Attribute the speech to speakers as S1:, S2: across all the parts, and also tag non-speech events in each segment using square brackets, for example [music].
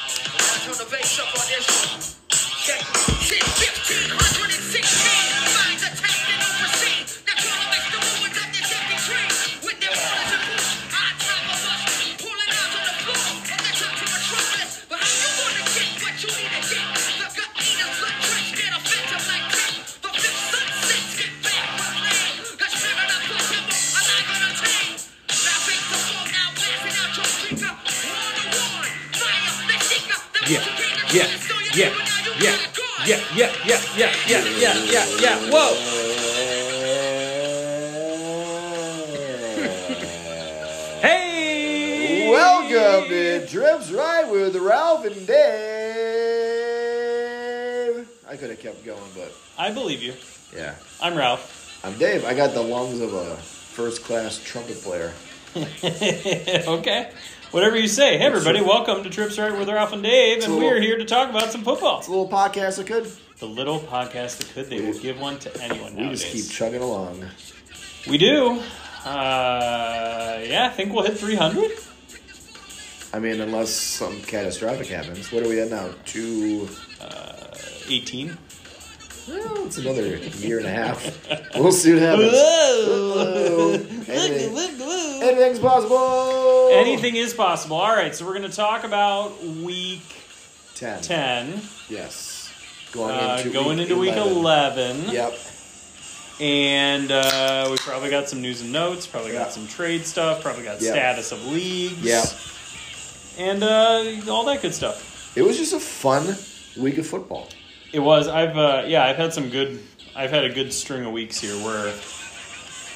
S1: Cash on the bass up on this one. Check. 615, 116, signs attacked and overseen. Now try to make the movement that they can't be trained. With their orders and moves, I top of us, pulling out on the floor. And they talk to my trumpet. But how you wanna get what you need to get? The gut eaters look rich, get a phantom like crap. The fifth sun sits, get back, my man. Cause spirit of the devil, I'm not gonna change. Now fix the form, now blasting out your speaker. One to one, fire, they think up the
S2: Yeah, yeah, yeah, yeah, yeah, yeah, yeah, yeah, yeah, yeah, yeah, yeah. Whoa! Hey!
S3: Welcome to Trips Right with Ralph and Dave. I could have kept going, but
S2: I believe you.
S3: yeah.
S2: I'm Ralph. [laughs]
S3: I'm Dave. I got the lungs of a first class trumpet player.
S2: okay. Whatever you say. Hey, everybody, welcome to Trips Right with Ralph and Dave, and we are here to talk about some football.
S3: It's a little podcast I could.
S2: The little podcast that could, they will give one to anyone
S3: We
S2: nowadays.
S3: just keep chugging along.
S2: We do. Uh, yeah, I think we'll hit 300.
S3: I mean, unless something catastrophic happens. What are we at now? Two.
S2: 18.
S3: Well, it's another year and a half. We'll see what happens. [laughs]
S2: Whoa!
S3: Anything-
S2: Look, look, look.
S3: Anything's possible.
S2: Anything is possible. All right, so we're going to talk about week
S3: Ten.
S2: 10,
S3: Yes. Going
S2: uh,
S3: into
S2: going
S3: week
S2: into week
S3: 11.
S2: 11.
S3: Yep.
S2: And uh, we probably got some news and notes, probably
S3: Yeah.
S2: got some trade stuff, probably got
S3: Yeah.
S2: status of leagues.
S3: Yeah.
S2: And uh, all that good stuff.
S3: It was just a fun week of football.
S2: It was, I've, uh, yeah, I've had some good, I've had a good string of weeks here where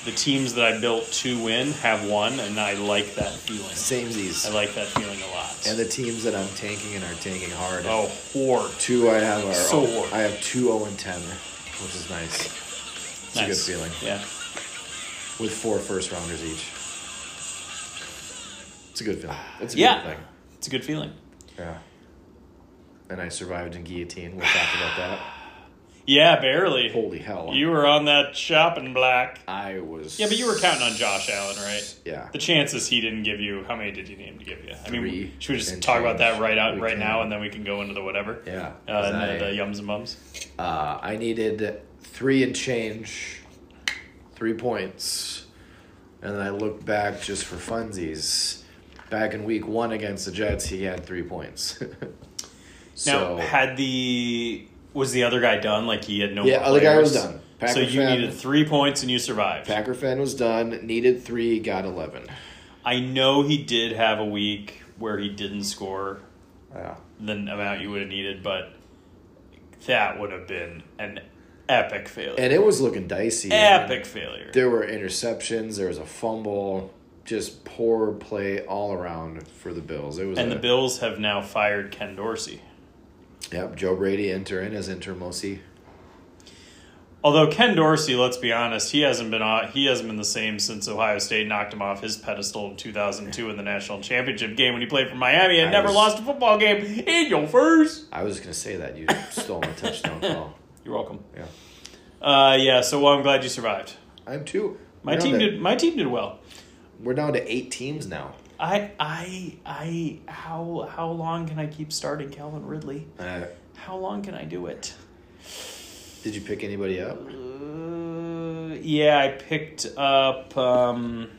S2: the teams that I built to win have won, and I like that feeling. I
S3: Samesies.
S2: like that feeling a lot.
S3: And the teams that I'm tanking and are tanking hard.
S2: oh, hard.
S3: Two I have are
S2: So hard.
S3: I have two 0 and 10, which is nice. It's a good
S2: Nice.
S3: feeling.
S2: Yeah.
S3: With four first rounders each. It's a
S2: [sighs]
S3: good feeling. It's a
S2: Yeah.
S3: good thing.
S2: It's a good feeling.
S3: Yeah. And I survived in guillotine. We'll talk about that.
S2: Yeah, barely.
S3: Holy hell.
S2: You were on that shopping block.
S3: I was
S2: Yeah, but you were counting on Josh Allen, right?
S3: Yeah.
S2: The chances he didn't give you, how many did he name to give you? I mean,
S3: Three
S2: should we just
S3: and
S2: talk about that
S3: change.
S2: right out
S3: We
S2: right
S3: can.
S2: now, and then we can go into the whatever.
S3: Yeah.
S2: Uh,
S3: 'cause
S2: and the,
S3: I-
S2: the yums and bums.
S3: Uh, I needed three and change, three points. And then I looked back just for funsies. Back in week one against the Jets, he had three points. [laughs] so,
S2: now, had the was the other guy done? Like he had no.
S3: Yeah,
S2: more
S3: other guy was
S2: players?
S3: done. Packer
S2: so you
S3: fan.
S2: needed three points and you survived.
S3: Packer fan was done, needed three, got 11.
S2: I know he did have a week where he didn't score
S3: Yeah.
S2: the amount you would have needed, but that would have been an epic failure.
S3: And it was looking dicey.
S2: epic failure.
S3: There were interceptions, there was a fumble, just poor play all around for the Bills. It was
S2: And
S3: a-
S2: the Bills have now fired Ken Dorsey.
S3: Yep, Joe Brady enter in as intermosi.
S2: Although Ken Dorsey, let's be honest, he hasn't been on, he hasn't been the same since Ohio State knocked him off his pedestal in 2002 in the national championship game when he played for Miami and
S3: I
S2: never
S3: was-
S2: lost a football game in your first.
S3: I was going to say that. You stole my
S2: [laughs]
S3: touchdown call.
S2: You're welcome.
S3: Yeah.
S2: Uh, yeah. So well, I'm glad you survived.
S3: I'm too.
S2: My
S3: We're down
S2: team
S3: to-
S2: did. My team did well.
S3: We're down to eight teams now.
S2: I I I how how long can I keep starting Calvin Ridley?
S3: Uh,
S2: How long can I do it?
S3: did you pick anybody up?
S2: Uh, yeah, I picked up. Um,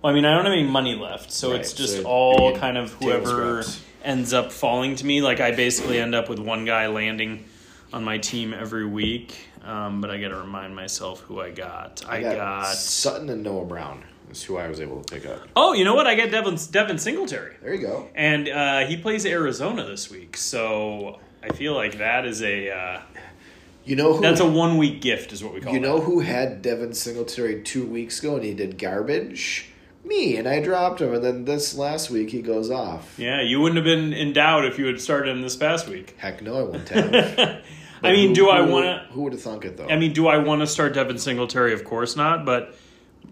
S2: well, I mean, I don't have any money left, so
S3: Right,
S2: it's just
S3: so you
S2: all
S3: can
S2: kind of
S3: table
S2: whoever
S3: scraps.
S2: ends up falling to me. Like I basically end up with one guy landing on my team every week, um, but I got to remind myself who I got. I, got.
S3: Sutton and Noah Brown. Is who I was able to pick up.
S2: oh, you know what? I got Devin Devin Singletary.
S3: There you go.
S2: And uh, he plays Arizona this week, so I feel like that is a uh,
S3: You know who?
S2: that's a one week gift, is what we call.
S3: you
S2: it.
S3: know who had Devin Singletary two weeks ago and he did garbage. Me and I dropped him, and then this last week he goes off.
S2: Yeah, you wouldn't have been in doubt if you had started him this past week.
S3: Heck no, I
S2: [laughs]
S3: won't have. him.
S2: I mean, do I want to?
S3: Who would have thunk it though?
S2: I mean, do I want to start Devin Singletary? Of course not. But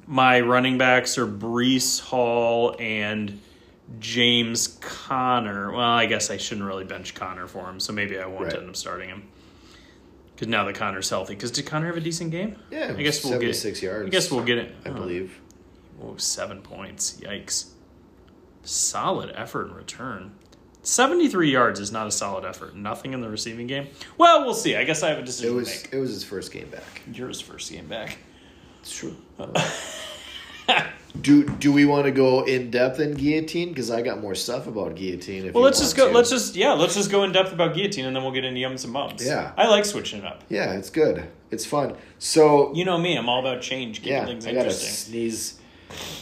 S2: my running backs are Brees Hall and James Connor. Well, I guess I shouldn't really bench Connor for him, so maybe I won't
S3: Right.
S2: end up starting him. Because now that Connor's healthy, because did Connor have a decent game?
S3: yeah,
S2: I guess we'll get
S3: six yards.
S2: I guess we'll get it.
S3: I believe.
S2: Oh, seven points. Yikes. Solid effort in return. 73 yards is not a solid effort. Nothing in the receiving game. Well, we'll see. I guess I have a
S3: It
S2: decision
S3: was
S2: to
S3: it was his first game back.
S2: make. Yours first game back.
S3: It's true. [laughs] do do we want to go in depth in guillotine? Because I got more stuff about guillotine. If
S2: Well,
S3: you
S2: let's just
S3: want
S2: go.
S3: to.
S2: Let's just yeah. Let's just go in depth about guillotine, and then we'll get into yums and bumps.
S3: Yeah.
S2: I like switching it up.
S3: Yeah, it's good. It's fun. So
S2: You know me. I'm all about change. Keeping
S3: yeah,
S2: things
S3: I got to
S2: interesting.
S3: sneeze.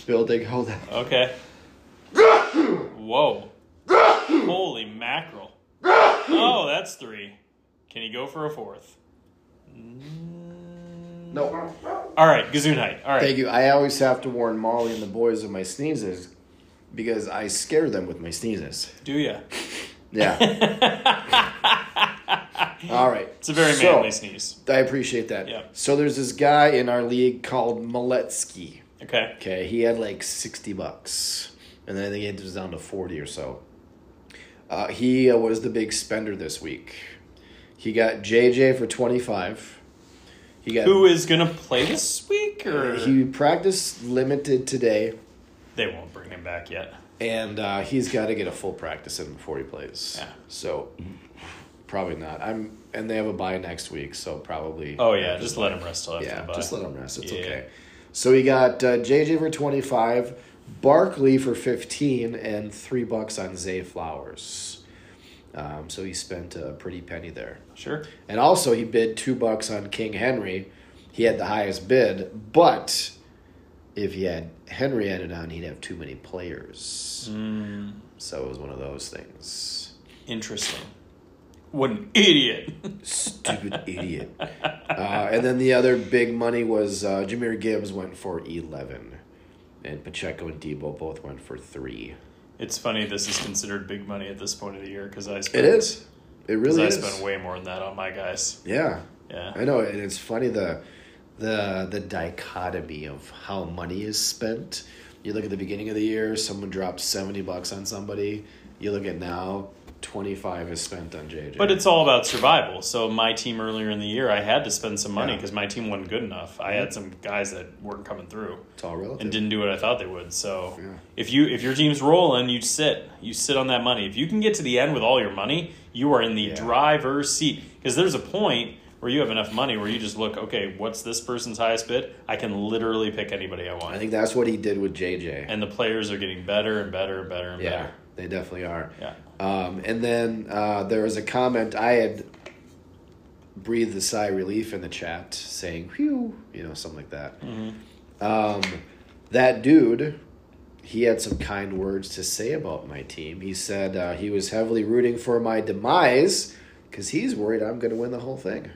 S3: Building, hold on.
S2: Okay. Whoa. Holy
S3: [laughs]
S2: mackerel. oh, that's three. Can you go for a fourth?
S3: No,
S2: All right, Gesundheit. All right.
S3: thank you. I always have to warn Molly and the boys of my sneezes because I scare them with my sneezes.
S2: Do ya? [laughs]
S3: Yeah. All right.
S2: It's a very
S3: So,
S2: manly sneeze.
S3: I appreciate that.
S2: Yeah.
S3: So there's this guy in our league called Maletsky.
S2: Okay.
S3: Okay, he had like sixty bucks, and then I think it was down to forty or so. Uh, he uh, was the big spender this week. He got JJ for twenty five. He got
S2: Who is gonna play this week? Or
S3: Uh, he practiced limited today,
S2: they won't bring him back yet.
S3: and uh, he's got to get a full practice in before he plays.
S2: Yeah.
S3: So probably not. I'm and they have a bye next week, so probably.
S2: Oh yeah, just let him rest till after
S3: Yeah,
S2: the bye.
S3: just let him rest. It's
S2: Yeah.
S3: okay. So we got uh, JJ for 25, Barkley for 15, and three bucks on Zay Flowers. Um, so he spent a pretty penny there.
S2: Sure.
S3: And also, he bid two bucks on King Henry. He had the highest bid, but if he had Henry added on, he'd have too many players. So it was one of those things.
S2: Interesting. What an idiot. [laughs]
S3: Stupid [laughs] idiot. Uh, and then the other big money was uh, Jameer Gibbs went for 11. And Pacheco and Debo both went for three.
S2: it's funny this is considered big money at this point of the year because I
S3: It
S2: spent
S3: is.
S2: 'cause
S3: It really
S2: I
S3: is.
S2: spent way more than that on my guys.
S3: yeah. I
S2: Yeah.
S3: know, and it's funny the the the dichotomy of how money is spent. You look at the beginning of the year, someone drops seventy bucks on somebody. You look at now, twenty five is spent on JJ.
S2: But it's all about survival. So my team earlier in the year, I had to spend some money
S3: Yeah. Mm-hmm.
S2: because my team wasn't good enough. I had some guys that weren't coming through.
S3: It's all relative.
S2: and didn't do what I thought they would. So
S3: Yeah.
S2: if you if your team's rolling, you sit you sit on that money. If you can get to the end with all your money, you are in the
S3: Yeah.
S2: driver's seat because there's a point where you have enough money where you just look, okay, what's this person's highest bid? I can literally pick anybody I
S3: I
S2: want,
S3: think that's what he did with JJ.
S2: and the players are getting better and better and better and
S3: Yeah,
S2: better.
S3: they definitely are.
S2: Yeah,
S3: Um, and then uh, there was a comment I had breathed a sigh of relief in the chat saying, whew, you know, something like that. Um, that dude, he had some kind words to say about my team. He said uh, he was heavily rooting for my demise because he's worried I'm going to win the whole thing.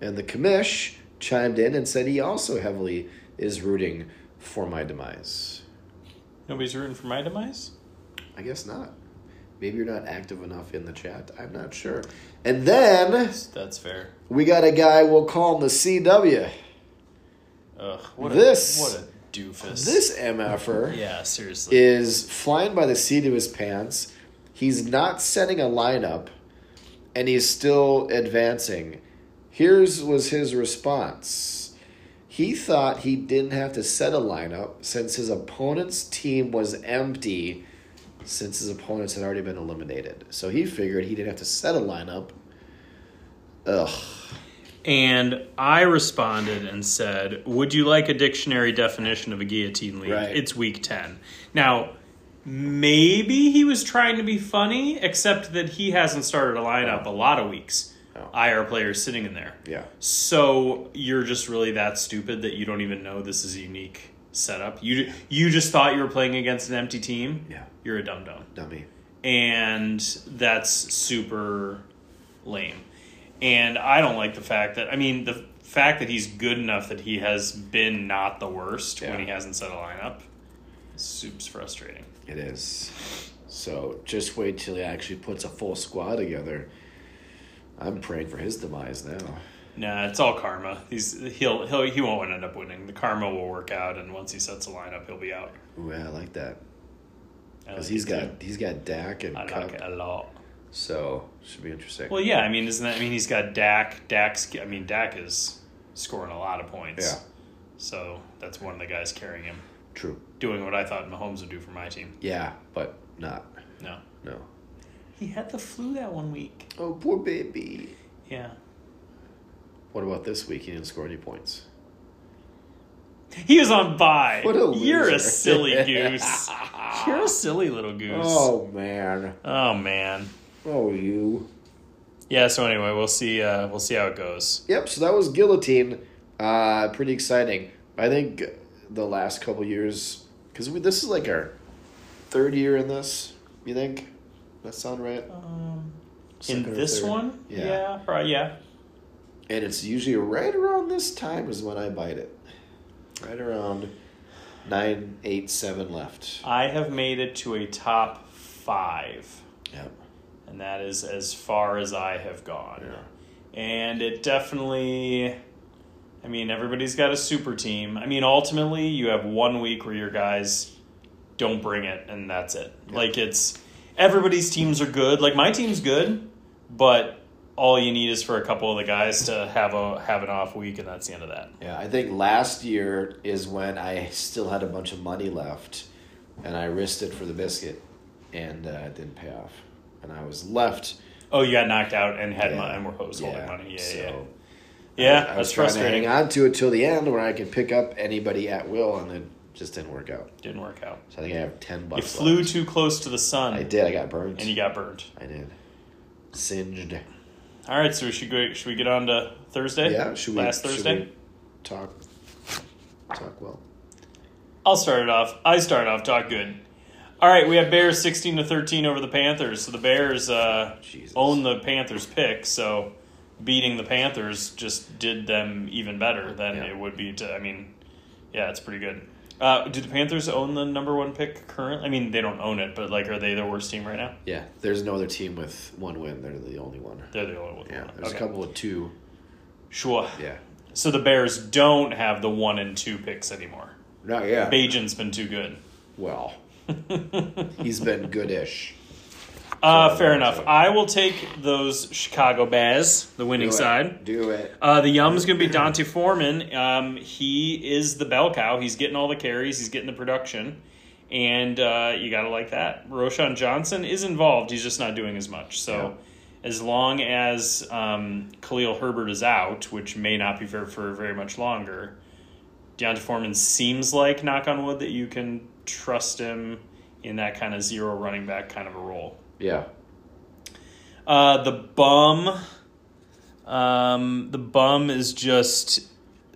S3: And the commish chimed in and said he also heavily is rooting for my demise.
S2: nobody's rooting for my demise.
S3: I guess not. Maybe you're not active enough in the chat. I'm not sure. And then
S2: That's fair.
S3: we got a guy we'll call him the CW.
S2: Ugh, what
S3: This-
S2: a, what a doofus.
S3: This MFer
S2: yeah, seriously.
S3: is flying by the seat of his pants. He's not setting a lineup and he's still advancing. Here's was his response. He thought he didn't have to set a lineup since his opponent's team was empty since his opponents had already been eliminated. So he figured he didn't have to set a lineup. Ugh.
S2: And I responded and said, Would you like a dictionary definition of a guillotine league?
S3: Right.
S2: It's week 10. Now, maybe he was trying to be funny, except that he hasn't started a lineup a lot of weeks.
S3: Oh.
S2: IR players sitting in there.
S3: Yeah.
S2: So you're just really that stupid that you don't even know this is a unique setup. You you just thought you were playing against an empty team.
S3: Yeah.
S2: You're a dum dum
S3: Dummy.
S2: and that's super lame. And I don't like the fact that I mean the fact that he's good enough that he has been not the worst when
S3: Yeah.
S2: he hasn't set a lineup. Soup's frustrating.
S3: It is. So just wait till he actually puts a full squad together. I'm praying for his demise now.
S2: Nah, it's all karma. He's he'll he'll he won't end up winning. The karma will work out, and once he sets a lineup, he'll be out.
S3: Ooh, yeah, I like that
S2: I
S3: because
S2: like
S3: he's
S2: it
S3: got
S2: too.
S3: he's got Dak and
S2: I
S3: Cup,
S2: like it a lot.
S3: so should be interesting.
S2: Well, yeah, I mean, isn't that? I mean, he's got Dak. Dak's. I mean, Dak is scoring a lot of points.
S3: Yeah.
S2: So that's one of the guys carrying him.
S3: True.
S2: doing what I thought Mahomes would do for my team.
S3: Yeah, but not.
S2: No.
S3: No.
S2: He had the flu that one week.
S3: Oh, poor baby.
S2: Yeah.
S3: What about this week? He didn't score any points.
S2: He was on bye.
S3: What a
S2: You're a
S3: loser. [laughs]
S2: silly goose. You're a silly little goose. Oh,
S3: man.
S2: man.
S3: Oh, you.
S2: Yeah, so anyway, we'll see uh we'll see how it goes.
S3: Yep, so that was Guillotine. Uh, pretty exciting. I think the last couple years, because this is like our third year in this, you think? That sound right?
S2: Um in
S3: Second or
S2: this
S3: third.
S2: one?
S3: Yeah.
S2: Yeah, right, yeah.
S3: And it's usually right around this time is when I bite it. Right around nine, eight, seven left.
S2: I have made it to a top five.
S3: Yep.
S2: and that is as far as I have gone.
S3: Yeah.
S2: And it definitely, I mean, everybody's got a super team. I mean, ultimately, you have one week where your guys don't bring it, and that's it. Like, it's everybody's teams are good. Like, my team's good, but all you need is for a couple of the guys to have a have an off week, and that's the end of that.
S3: Yeah, I think last year is when I still had a bunch of money left, and I risked it for the biscuit, and uh, it didn't pay off, and I was left.
S2: Oh, you got knocked out and had
S3: Yeah.
S2: money, and were hoes holding money. Yeah, yeah,
S3: so
S2: yeah.
S3: I
S2: that's
S3: was trying to hang
S2: frustrating.
S3: on to it till the end, where I could pick up anybody at will, and it just didn't work out.
S2: Didn't work out.
S3: So I think I have ten
S2: You
S3: bucks.
S2: flew
S3: left.
S2: too close to the sun,
S3: I did. I got burnt.
S2: and you got burned.
S3: I did. Singed.
S2: All right, so we should go. Should we get on to Thursday?
S3: Yeah. Should we?
S2: Last
S3: should
S2: Thursday.
S3: we talk. Talk well.
S2: I'll start it off. I start off. Talk good. All right, we have Bears sixteen to thirteen over the Panthers. So the Bears uh,
S3: Jesus.
S2: own the Panthers pick. So beating the Panthers just did them even better than
S3: Yeah.
S2: it would be to. I mean, yeah, it's pretty good. Uh, do the Panthers own the number one pick current? I mean, they don't own it, but like, are they the worst team right now?
S3: Yeah. There's no other team with one win. They're the only one.
S2: They're the only one.
S3: Yeah. There's
S2: okay.
S3: a couple of two.
S2: Sure.
S3: Yeah.
S2: So the Bears don't have the one and two picks anymore.
S3: Not yet.
S2: Bajan's been too good. [laughs]
S3: Well, he's been goodish.
S2: Uh,
S3: So,
S2: fair
S3: uh,
S2: enough.
S3: so-
S2: I will take those Chicago Bears, the
S3: Do
S2: winning
S3: it.
S2: side.
S3: Do it.
S2: Uh, the yum's going to be Dante Foreman. Um, he is the bell cow. He's getting all the carries. He's getting the production, and uh, you got to like that. Roshan Johnson is involved. He's just not doing as much. So, as long as um, Khalil Herbert is out, which may not be for, for very much longer, Deontay Foreman seems like knock on wood that you can trust him in that kind of zero running back kind of a role.
S3: Yeah.
S2: Uh, the bum, um, the bum is just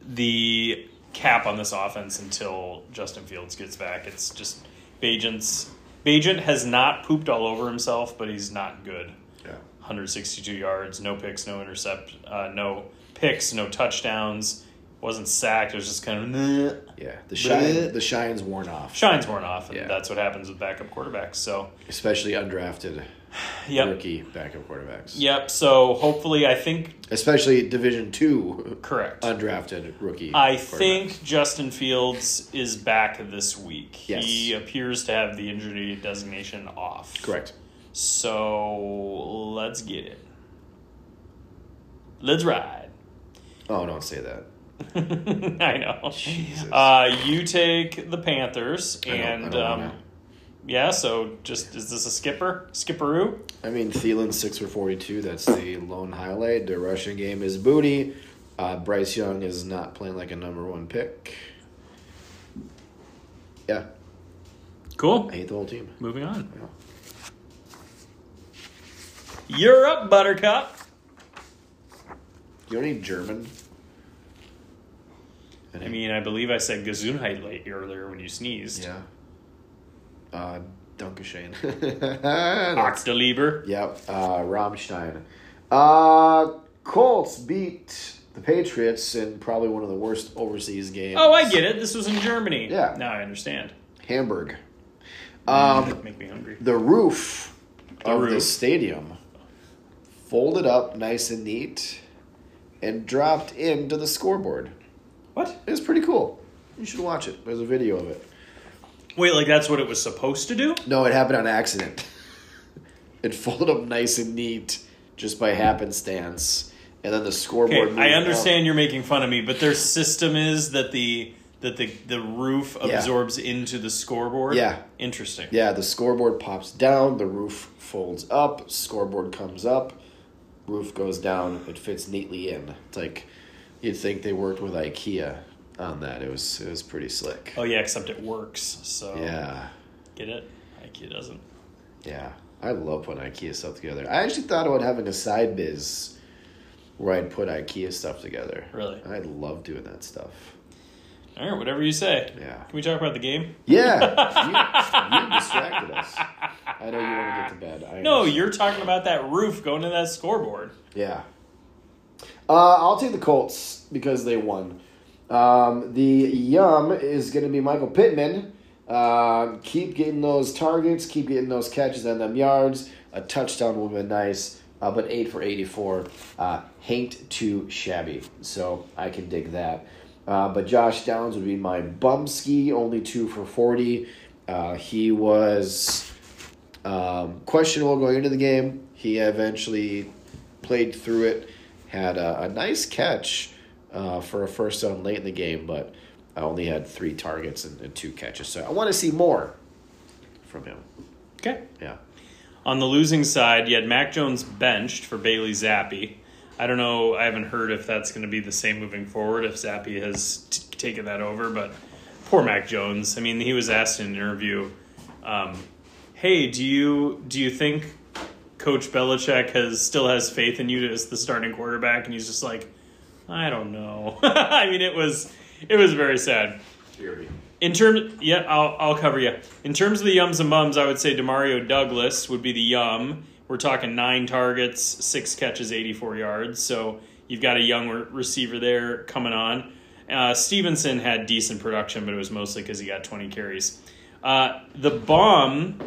S2: the cap on this offense until Justin Fields gets back. It's just Bajent's. Bajent has not pooped all over himself, but he's not good.
S3: Yeah.
S2: 162 yards, no picks, no intercept, uh, no picks, no touchdowns. Wasn't sacked. It was just kind of. "Meh."
S3: Yeah. The shine.
S2: Bleh.
S3: The shine's worn off,
S2: Shine's worn off, and
S3: Yeah.
S2: that's what happens with backup quarterbacks. So,
S3: especially undrafted
S2: yep,
S3: rookie backup quarterbacks.
S2: yep. So hopefully, I think
S3: Especially Division Two
S2: correct.
S3: undrafted rookie.
S2: I
S3: quarterbacks.
S2: think Justin Fields is back this week.
S3: Yes.
S2: He appears to have the injury designation off.
S3: Correct.
S2: So let's get it. Let's ride. [laughs]
S3: Oh, don't say that.
S2: I know.
S3: Jesus.
S2: Uh, you take the Panthers,
S3: I don't- I
S2: and
S3: don't
S2: um,
S3: wanna.
S2: yeah. So just is this a skipper? Skipperoo?
S3: I mean, Thielen six for forty-two. That's the lone highlight. The rushing game is booty. Uh, Bryce Young is not playing like a number one pick. Yeah,
S2: Cool.
S3: I hate the whole team.
S2: Moving on.
S3: Yeah.
S2: You're up, Buttercup.
S3: You don't need German.
S2: I mean, I believe I said Gesundheit late earlier when you sneezed.
S3: yeah. Uh,
S2: [laughs]
S3: Dunkashane. That's-
S2: Oxtelieber.
S3: [laughs] yep. Uh, Rammstein. Uh, Colts beat the Patriots in probably one of the worst overseas games.
S2: Oh, I get it. This was in Germany.
S3: Yeah.
S2: Now I understand.
S3: Hamburg. Um,
S2: Make me hungry.
S3: the roof of the
S2: roof.
S3: stadium folded up nice and neat and dropped into the scoreboard.
S2: What?
S3: It was pretty cool. You should watch it. There's a video of it.
S2: Wait, like that's what it was supposed to do?
S3: No, it happened on accident. [laughs] it folded up nice and neat just by happenstance, and then the scoreboard.
S2: Okay,
S3: moved
S2: I
S3: up.
S2: understand you're making fun of me, but their system is that the that the the roof
S3: Yeah.
S2: absorbs into the scoreboard.
S3: Yeah.
S2: interesting.
S3: Yeah, the scoreboard pops down, the roof folds up, scoreboard comes up, roof goes down, it fits neatly in. It's like you'd think they worked with IKEA on that. It was it was pretty slick.
S2: Oh yeah, except it works. So
S3: Yeah.
S2: get it. IKEA doesn't.
S3: Yeah. I love putting IKEA stuff together. I actually thought about having a side biz where I'd put IKEA stuff together.
S2: Really?
S3: I love doing that stuff.
S2: All right, whatever you say.
S3: Yeah.
S2: Can we talk about the game?
S3: Yeah. you, you distracted us. I know you want to get to bed. I
S2: [laughs] No,
S3: understand.
S2: you're talking about that roof going to that scoreboard.
S3: Yeah. Uh, I'll take the Colts because they won. Um, the yum is going to be Michael Pittman. Uh, keep getting those targets, keep getting those catches and them yards. A touchdown would have been nice, uh, but 8 for 84. Uh, hain't too shabby, so I can dig that. Uh, but Josh Downs would be my bumski, only 2 for 40. Uh, he was um, questionable going into the game. He eventually played through it, had a, a nice catch uh, for a first down late in the game, but I only had three targets and, and two catches. So I want to see more from him.
S2: Okay.
S3: Yeah.
S2: On the losing side, you had Mac Jones benched for Bailey Zappi. I don't know. I haven't heard if that's going to be the same moving forward. If Zappi has t- taken that over, but poor Mac Jones. I mean, he was asked in an interview, um, "Hey, do you do you think Coach Belichick has still has faith in you as the starting quarterback?" And he's just like, "I don't know." [laughs] I mean, it was it was very sad. In terms, yeah, I'll, I'll cover you. In terms of the yums and bums, I would say Demario Douglas would be the yum. We're talking nine targets, six catches, eighty-four yards. So you've got a young re- receiver there coming on. Uh, Stevenson had decent production, but it was mostly because he got twenty carries. Uh, the bum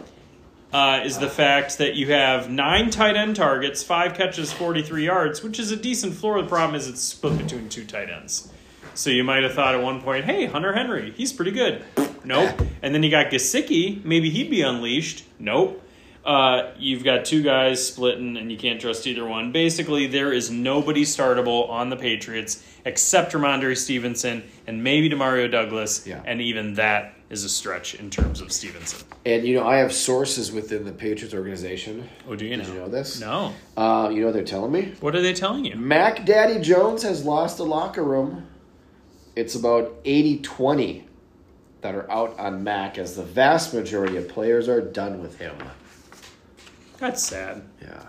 S2: uh, is the fact that you have nine tight end targets, five catches, forty-three yards, which is a decent floor. The problem is it's split between two tight ends. So you might have thought at one point, hey, Hunter Henry, he's pretty good. Nope. And then you got Gasicki, maybe he'd be unleashed. Nope. Uh, you've got two guys splitting, and you can't trust either one. Basically, there is nobody startable on the Patriots except Ramondre Stevenson and maybe Demario Douglas,
S3: Yeah.
S2: and even that is a stretch in terms of Stevenson.
S3: And, you know, I have sources within the Patriots organization.
S2: Oh, do you know?
S3: Did you know this?
S2: No.
S3: Uh, you know what they're telling me?
S2: What are they telling you?
S3: Mac Daddy Jones has lost a locker room. It's about 80 20 that are out on Mac, as the vast majority of players are done with him.
S2: That's sad.
S3: Yeah.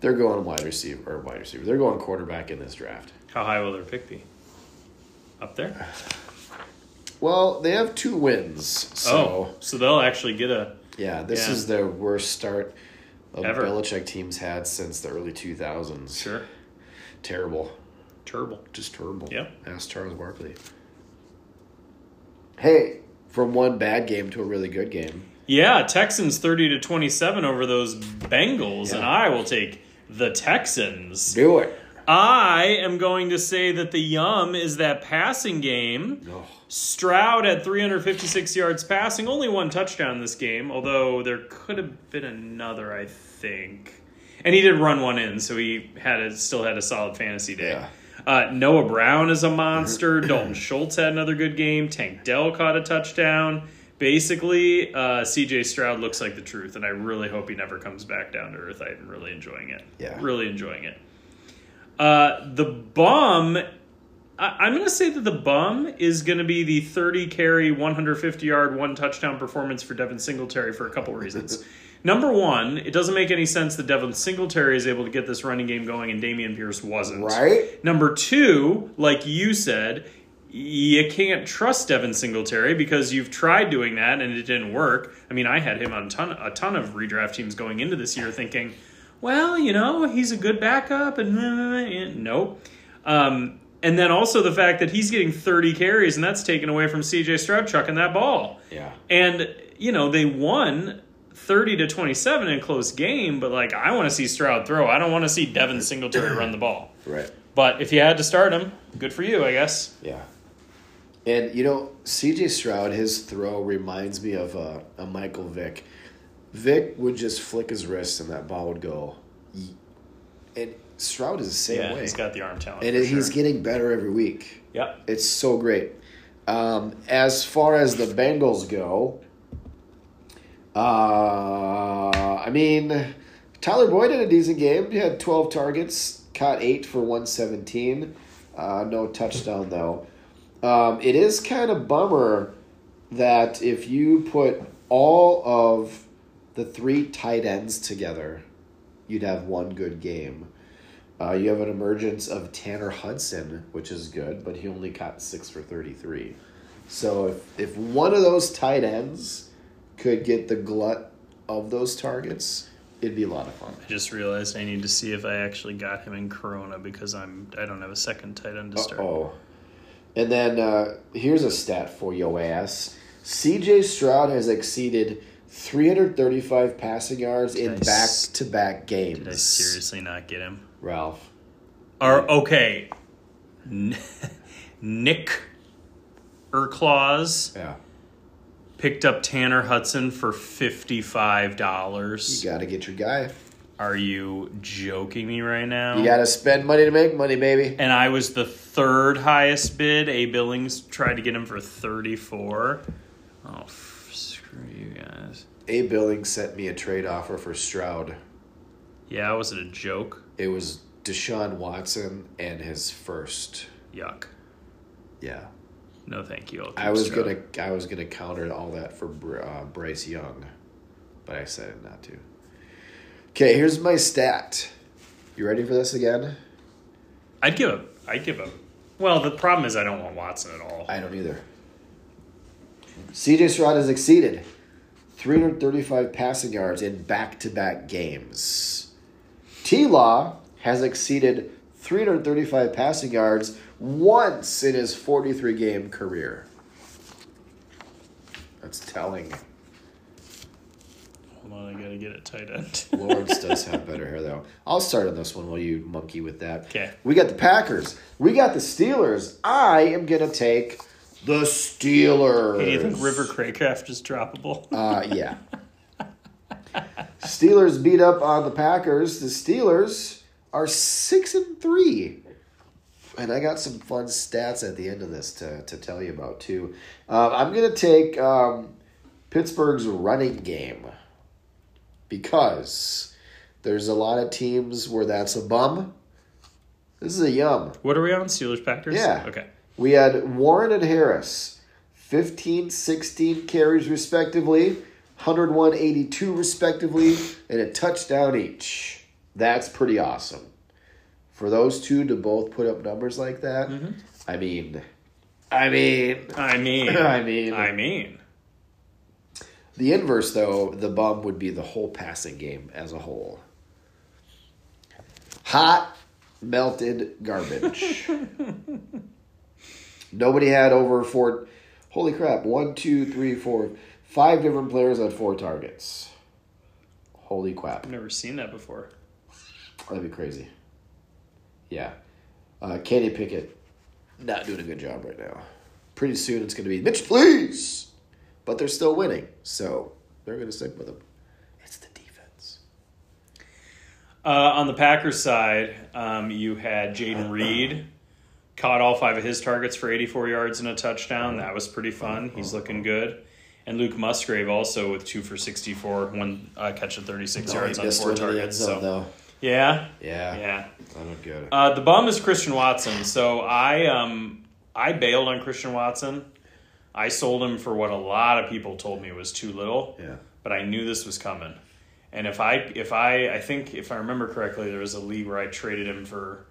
S3: They're going wide receiver or wide receiver. They're going quarterback in this draft.
S2: How high will their pick be? Up there?
S3: Well, they have two wins. So
S2: oh, so they'll actually get a.
S3: yeah, this
S2: Yeah.
S3: is their worst start of
S2: Ever.
S3: Belichick teams had since the early two thousands.
S2: Sure.
S3: Terrible.
S2: Terrible.
S3: Just terrible.
S2: Yep.
S3: Ask Charles Barkley. Hey, from one bad game to a really good game.
S2: Yeah, Texans 30 to 27 over those Bengals, and
S3: Yeah.
S2: I will take the Texans.
S3: Do it.
S2: I am going to say that the yum is that passing game.
S3: No.
S2: Stroud at 356 yards passing, only one touchdown this game, although there could have been another, I think. And he did run one in, so he had a, still had a solid fantasy day.
S3: Yeah.
S2: Uh, Noah Brown is a monster. Dalton Schultz had another good game. Tank Dell caught a touchdown. Basically, uh, CJ Stroud looks like the truth, and I really hope he never comes back down to earth. I'm really enjoying it.
S3: Yeah.
S2: Really enjoying it. Uh, the bum, I- I'm going to say that the bum is going to be the 30 carry, 150 yard, one touchdown performance for Devin Singletary for a couple reasons.
S3: [laughs]
S2: Number one, it doesn't make any sense that Devin Singletary is able to get this running game going and Damian Pierce wasn't.
S3: Right?
S2: Number two, like you said, you can't trust Devin Singletary because you've tried doing that and it didn't work. I mean, I had him on ton, a ton of redraft teams going into this year thinking, well, you know, he's a good backup, and no. Um, and then also the fact that he's getting 30 carries, and that's taken away from CJ Stroud chucking that ball.
S3: Yeah.
S2: And you know they won thirty to twenty seven in a close game, but like I want to see Stroud throw. I don't want to see Devin Singletary run the ball.
S3: Right.
S2: But if you had to start him, good for you, I guess.
S3: Yeah. And you know, CJ Stroud, his throw reminds me of uh, a Michael Vick. Vick would just flick his wrist and that ball would go. Ye- And Stroud is the same
S2: Yeah,
S3: way.
S2: he's got the arm talent.
S3: and
S2: for
S3: he's
S2: sure.
S3: getting better every week.
S2: yep.
S3: It's so great. Um, as far as the Bengals go, uh, I mean, Tyler Boyd had a decent game. He had 12 targets, caught 8 for 117. Uh, no touchdown, though. Um, it is kind of bummer that if you put all of the three tight ends together, you'd have one good game. Uh, you have an emergence of Tanner Hudson, which is good, but he only caught six for 33. So if, if one of those tight ends could get the glut of those targets, it'd be a lot of fun.
S2: I just realized I need to see if I actually got him in Corona because I'm I don't have a second tight end to start.
S3: Oh. And then uh, here's a stat for your ass CJ Stroud has exceeded 335 passing yards in
S2: I
S3: back
S2: s-
S3: to back games.
S2: Did I seriously not get him?
S3: Ralph.
S2: Or okay, N- [laughs] Nick Erclaws
S3: Yeah.
S2: picked up Tanner Hudson for fifty five dollars.
S3: You got to get your guy.
S2: Are you joking me right now?
S3: You got to spend money to make money, baby.
S2: and I was the third highest bid. A Billings tried to get him for thirty four. Oh, f- screw you guys.
S3: A Billings sent me a trade offer for Stroud.
S2: Yeah, was it a joke?
S3: It was Deshaun Watson and his first.
S2: Yuck.
S3: Yeah,
S2: No, thank you. I'll keep
S3: I was
S2: Stroud.
S3: gonna I was gonna counter all that for Br- uh, Bryce Young, but I decided not to. Okay, here's my stat. You ready for this again?
S2: I'd give up. I'd give up. Well, the problem is I don't want Watson at all.
S3: I don't either. CJ Stroud has exceeded 335 passing yards in back to back games. T Law has exceeded 335 passing yards once in his 43 game career. That's telling.
S2: Hold on, I gotta get it tight end. [laughs]
S3: Lawrence does have better hair, though. I'll start on this one while you monkey with that.
S2: 'Kay.
S3: We got the Packers. We got the Steelers. I am going to take the Steelers.
S2: Do you think River Craycraft is droppable?
S3: [laughs] Uh, yeah. Steelers beat up on the Packers. The Steelers are six and three. And I got some fun stats at the end of this to, to tell you about too. Um, I'm gonna take um, Pittsburgh's running game because there's a lot of teams where that's a bum. This is a yum.
S2: what are we on? Steelers Packers?
S3: Yeah.
S2: Okay.
S3: We had Warren and Harris, 15, 16 carries respectively, 101, 82 respectively, and a touchdown each. That's pretty awesome. For those two to both put up numbers like that, I mean, I mean,
S2: I mean,
S3: [laughs] I mean.
S2: I mean,
S3: the inverse though, the bum would be the whole passing game as a whole. Hot, melted garbage. Nobody had over four. Holy crap! One, two, three, four, five different players on four targets. Holy crap!
S2: I've never seen that before.
S3: That'd be crazy. Yeah. Uh, Kenny Pickett, not doing a good job right now. Pretty soon it's going to be Mitch, please! But they're still winning, so they're going to stick with him. It's the defense.
S2: Uh, on the Packers side, um, you had Jaden Reed caught all five of his targets for 84 yards and a touchdown. That was pretty fun. He's looking good. And Luke Musgrave also with two for 64, one uh, catch of 36 yards on four targets. So
S3: though.
S2: yeah,
S3: Yeah,
S2: yeah.
S3: I don't get it.
S2: Uh, the bum is Christian Watson. So I um I bailed on Christian Watson. I sold him for what a lot of people told me was too little.
S3: yeah.
S2: But I knew this was coming. And if I if I I think if I remember correctly, there was a league where I traded him for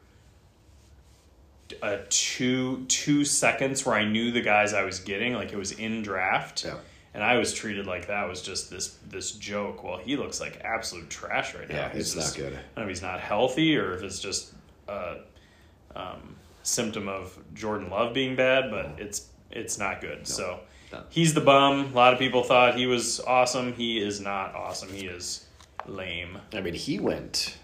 S2: uh, two two seconds where I knew the guys I was getting, like it was in draft.
S3: Yeah.
S2: And I was treated like that was just this this joke. Well, he looks like absolute trash right now.
S3: Yeah,
S2: He's
S3: it's not
S2: just- I
S3: good.
S2: don't know if he's not healthy or if it's just a um, symptom of Jordan Love being bad, but it's it's not good. So
S3: No.
S2: he's the bum. A lot of people thought he was awesome. He is not awesome. He is lame.
S3: I mean, he went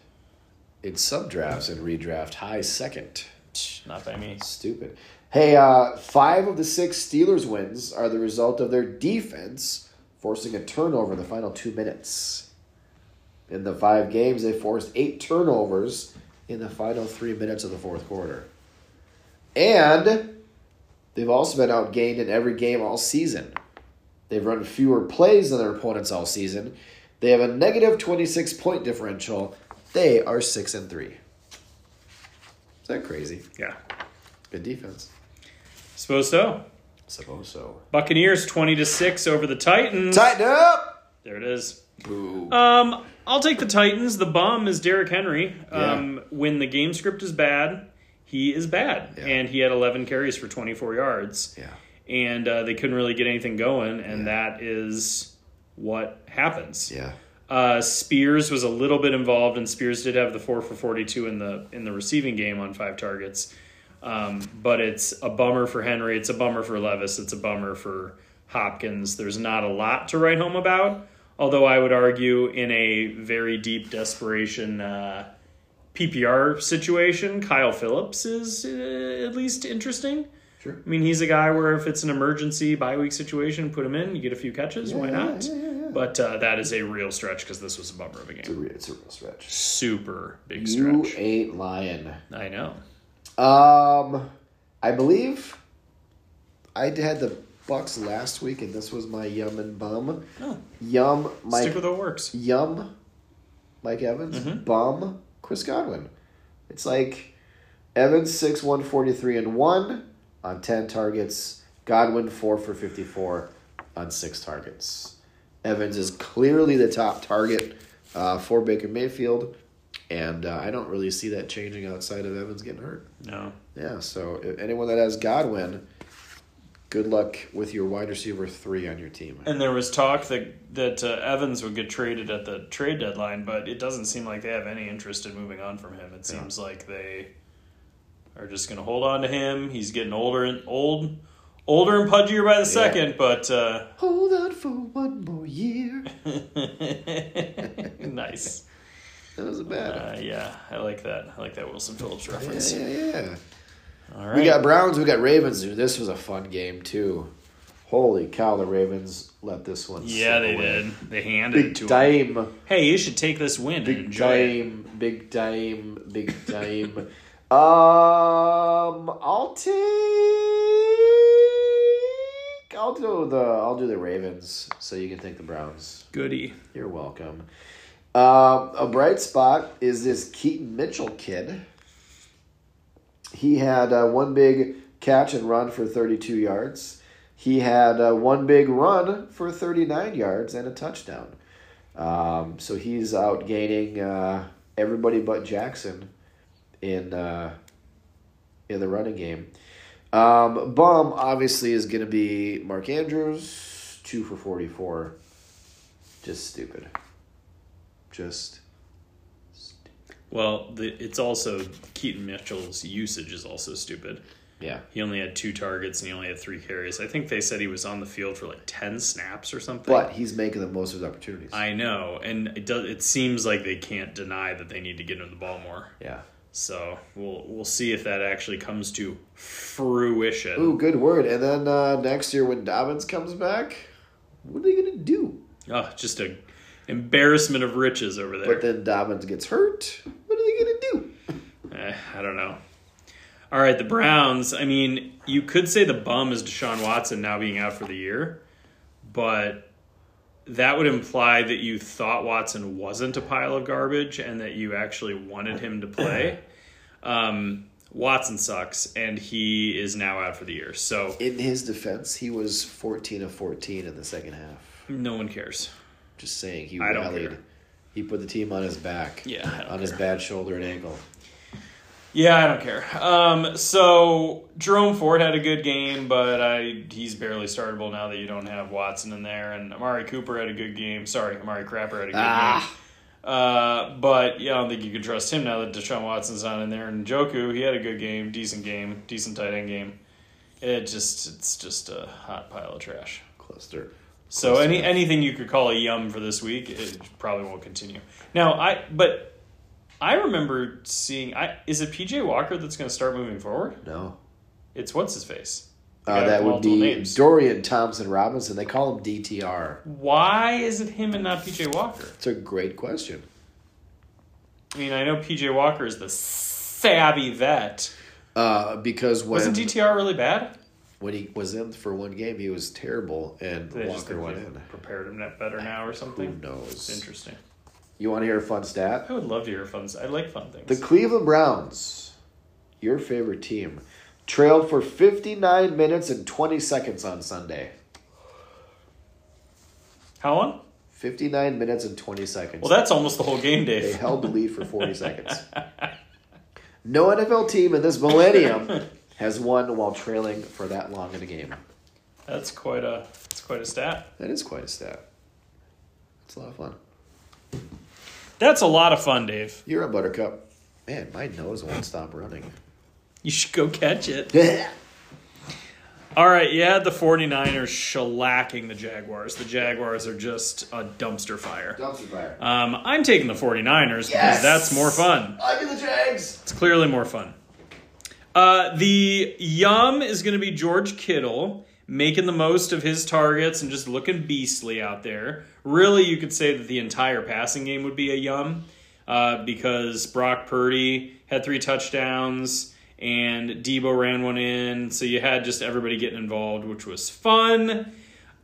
S3: in sub drafts and redraft high second.
S2: Psh, Not by me.
S3: Stupid. Hey, uh, five of the six Steelers wins are the result of their defense forcing a turnover in the final two minutes. In the five games, they forced eight turnovers in the final three minutes of the fourth quarter. And They've also been outgained in every game all season. They've run fewer plays than their opponents all season. They have a negative 26 point differential. They are 6 and 3. Is that crazy?
S2: Yeah.
S3: Good defense.
S2: Suppose so.
S3: Suppose so.
S2: Buccaneers 20 to 6 over the Titans.
S3: Tighten up!
S2: there it is.
S3: Boo.
S2: Um, I'll take the Titans. The bomb is Derrick Henry.
S3: Yeah.
S2: Um, When the game script is bad, he is bad.
S3: Yeah.
S2: And he had 11 carries for 24 yards.
S3: yeah.
S2: And uh, they couldn't really get anything going. And that is what happens.
S3: Yeah.
S2: Uh, Spears was a little bit involved, and Spears did have the four for forty-two in the in the receiving game on five targets. Um, but it's a bummer for Henry. It's a bummer for Levis. It's a bummer for Hopkins. There's not a lot to write home about. Although I would argue, in a very deep desperation uh, PPR situation, Kyle Phillips is uh, at least interesting.
S3: Sure.
S2: I mean, he's a guy where if it's an emergency bye week situation, put him in. You get a few catches. why not? But uh, that is a real stretch because this was a bummer of a
S3: It's a
S2: game.
S3: real, it's a real stretch.
S2: Super big
S3: You
S2: stretch.
S3: ain't lying.
S2: I know.
S3: Um, I believe I had the Bucks last week, and this was my yum and bum.
S2: No,
S3: Yum,
S2: Oh. stick
S3: Mike.
S2: with what works.
S3: Yum, Mike Evans. Bum, Chris Godwin. It's like Evans six one forty three and one on ten targets. Godwin four for fifty four on six targets. Evans is clearly the top target uh, for Baker Mayfield, and uh, I don't really see that changing outside of Evans getting hurt.
S2: No.
S3: Yeah, so if anyone that has Godwin, good luck with your wide receiver three on your team.
S2: And there was talk that that uh, Evans would get traded at the trade deadline, but it doesn't seem like they have any interest in moving on from him. It seems like they are just going to hold on to him. He's getting older and old, older and pudgier by the second, but. Uh, [laughs]
S3: Hold on for one more year.
S2: nice.
S3: That was a bad.
S2: Uh, yeah, I like that. I like that Wilson Phillips
S3: yeah,
S2: reference.
S3: yeah, yeah.
S2: All right.
S3: We got Browns, we got Ravens. Dude, this was a fun game too. Holy cow, the Ravens let this one.
S2: yeah,
S3: slip
S2: they
S3: away.
S2: did. They handed it
S3: Big
S2: to him.
S3: dime,
S2: Hey, you should take this win and
S3: big
S2: enjoy it.
S3: dime, big dime, big dime. Um, I'll take. I'll do the. I'll do the Ravens, so you can take the Browns.
S2: Goody.
S3: You're welcome. Um, a bright spot is this Keaton Mitchell kid. He had uh, one big catch and run for 32 yards. He had uh, one big run for 39 yards and a touchdown. Um, so he's outgaining uh, everybody but Jackson in uh, in the running game. Um, Bum obviously is going to be Mark Andrews, two for 44. Just stupid. Just
S2: Well, the, it's also Keaton Mitchell's usage is also stupid.
S3: yeah.
S2: He only had two targets and he only had three carries. I think they said he was on the field for like ten snaps or something.
S3: But he's making the most of his opportunities.
S2: I know, and it does. It seems like they can't deny that they need to get him the ball more.
S3: yeah.
S2: So we'll we'll see if that actually comes to fruition.
S3: Ooh, good word. And then uh, next year when Dobbins comes back, what are they gonna do?
S2: Oh, just a embarrassment of riches over there.
S3: But then Dobbins gets hurt. What are they gonna do?
S2: Eh, I don't know. All right, the Browns. I mean, you could say the bum is Deshaun Watson now being out for the year, but that would imply that you thought Watson wasn't a pile of garbage and that you actually wanted him to play. Um, Watson sucks, and he is now out for the year. So
S3: In his defense, he was fourteen of fourteen in the second half.
S2: no one cares.
S3: Just saying, he
S2: I don't
S3: rallied.
S2: care.
S3: He put the team on his back.
S2: Yeah, I don't
S3: on his
S2: care.
S3: bad shoulder and ankle.
S2: Yeah, I don't care. Um, so Jerome Ford had a good game, but I he's barely startable now that you don't have Watson in there. And Amari Cooper had a good game. Sorry, Amari Crapper had a good
S3: Ah.
S2: game. Uh, but yeah, I don't think you can trust him now that Deshaun Watson's not in there. And Joku, he had a good game, decent game, decent tight end game. It just it's just a hot pile of trash.
S3: Cluster.
S2: So any anything you could call a yum for this week, it probably won't continue. Now I but I remember seeing I is it PJ Walker that's going to start moving forward?
S3: No.
S2: It's what's his face. The guy
S3: Uh,
S2: with
S3: that would
S2: multiple
S3: be
S2: names.
S3: Dorian Thompson Robinson. They call him DTR.
S2: Why is it him and not PJ Walker?
S3: It's a great question.
S2: I mean, I know PJ Walker is the savvy vet.
S3: Uh, because when
S2: Wasn't DTR really bad?
S3: when he was in for one game, he was terrible, and
S2: They just
S3: Walker
S2: think
S3: went
S2: they
S3: in.
S2: prepared him that better now or something.
S3: Who
S2: It's
S3: knows?
S2: interesting.
S3: You want to hear a fun stat?
S2: I would love to hear fun. I like fun things.
S3: The Cleveland Browns, your favorite team, trailed for 59 minutes and 20 seconds on Sunday.
S2: How long?
S3: 59 minutes and 20 seconds.
S2: Well, that's almost the whole game,
S3: They
S2: Dave.
S3: held the lead for 40 seconds. No NFL team in this millennium has won while trailing for that long in a game.
S2: That's quite a. That's quite a stat.
S3: That is quite a stat. That's a lot of fun.
S2: That's a lot of fun, Dave.
S3: You're a buttercup. Man, my nose won't stop [laughs] running.
S2: You should go catch it.
S3: That's
S2: All right, yeah, the 49ers shellacking the Jaguars. The Jaguars are just a dumpster fire.
S3: fire.
S2: Um, I'm taking the 49ers because
S3: Yes!
S2: that's more fun.
S3: I get the Jags.
S2: It's clearly more fun. Uh, the yum is going to be George Kittle making the most of his targets and just looking beastly out there. Really, you could say that the entire passing game would be a yum uh, because Brock Purdy had three touchdowns and Debo ran one in. So you had just everybody getting involved, which was fun.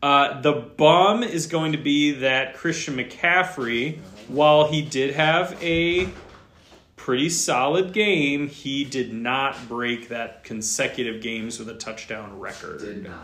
S2: Uh, the bum is going to be that Christian McCaffrey, while he did have a pretty solid game, he did not break that consecutive games with a touchdown record.
S3: not.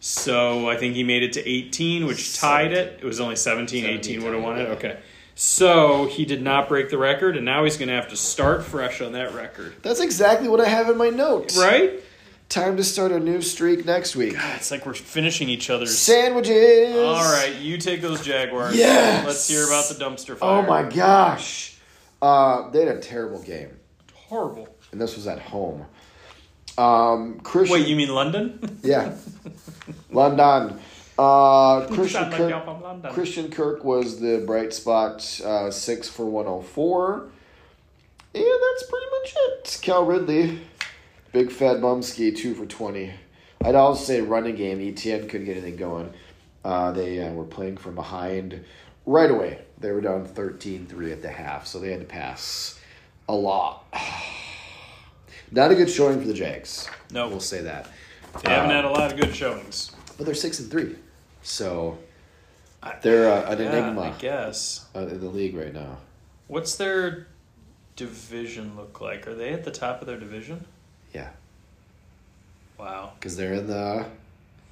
S2: So I think he made it to 18, which tied it. It was only 17, 18 would have won it. Okay. So he did not break the record, and now he's going to have to start fresh on that record.
S3: That's exactly what I have in my notes.
S2: Right?
S3: Time to start a new streak next week.
S2: It's like we're finishing each other's.
S3: Sandwiches.
S2: All right, you take those Jaguars.
S3: Yes!
S2: Let's hear about the dumpster fire.
S3: Oh my gosh. Uh, they had a terrible game,
S2: Horrible.
S3: and this was at home. Um, Christian.
S2: Wait, you mean London? [laughs]
S3: Yeah. London. Uh, Christian
S2: Sound like y'all
S3: Kirk.
S2: from London.
S3: Christian Kirk was the bright spot, uh, six for one hundred four. Yeah, that's pretty much it. Cal Ridley, big fat bumski, two for twenty. I'd also say running game. ETN couldn't get anything going. Uh, they uh, were playing from behind right away. They were down 13-3 at the half, so they had to pass a lot. [sighs] Not a good showing for the Jags.
S2: No.
S3: we'll say that.
S2: They haven't had a lot of good showings.
S3: But they're six and three, so they're uh, an
S2: Yeah,
S3: enigma
S2: I guess.
S3: uh, in the league right now.
S2: What's their division look like? Are they at the top of their division?
S3: Yeah,
S2: Wow.
S3: because they're in the.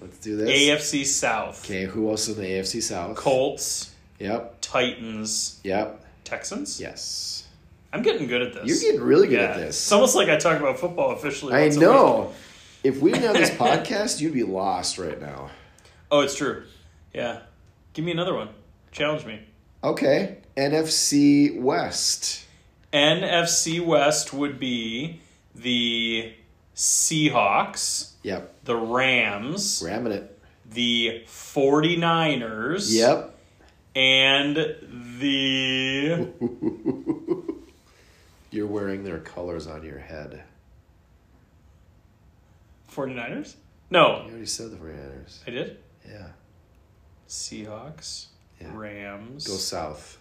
S3: Let's do this.
S2: AFC South.
S3: Okay, who else in the AFC South?
S2: Colts,
S3: Yep.
S2: Titans,
S3: Yep.
S2: Texans.
S3: Yes.
S2: I'm getting good at this.
S3: You're getting really good at
S2: Yeah.
S3: this.
S2: It's almost like I talk about football officially.
S3: I
S2: once a week.
S3: know. If we didn't
S2: [laughs]
S3: have this podcast, you'd be lost right now.
S2: Oh, it's true. Yeah. Give me another one. Challenge me.
S3: Okay, NFC West.
S2: NFC West would be the Seahawks,
S3: Yep,
S2: the Rams,
S3: ramming it.
S2: the 49ers.
S3: Yep.
S2: and the
S3: You're wearing their colors on your head.
S2: 49ers?
S3: You
S2: No,
S3: already said the 49ers.
S2: I did.
S3: Yeah.
S2: Seahawks,
S3: Yeah.
S2: Rams.
S3: Go south.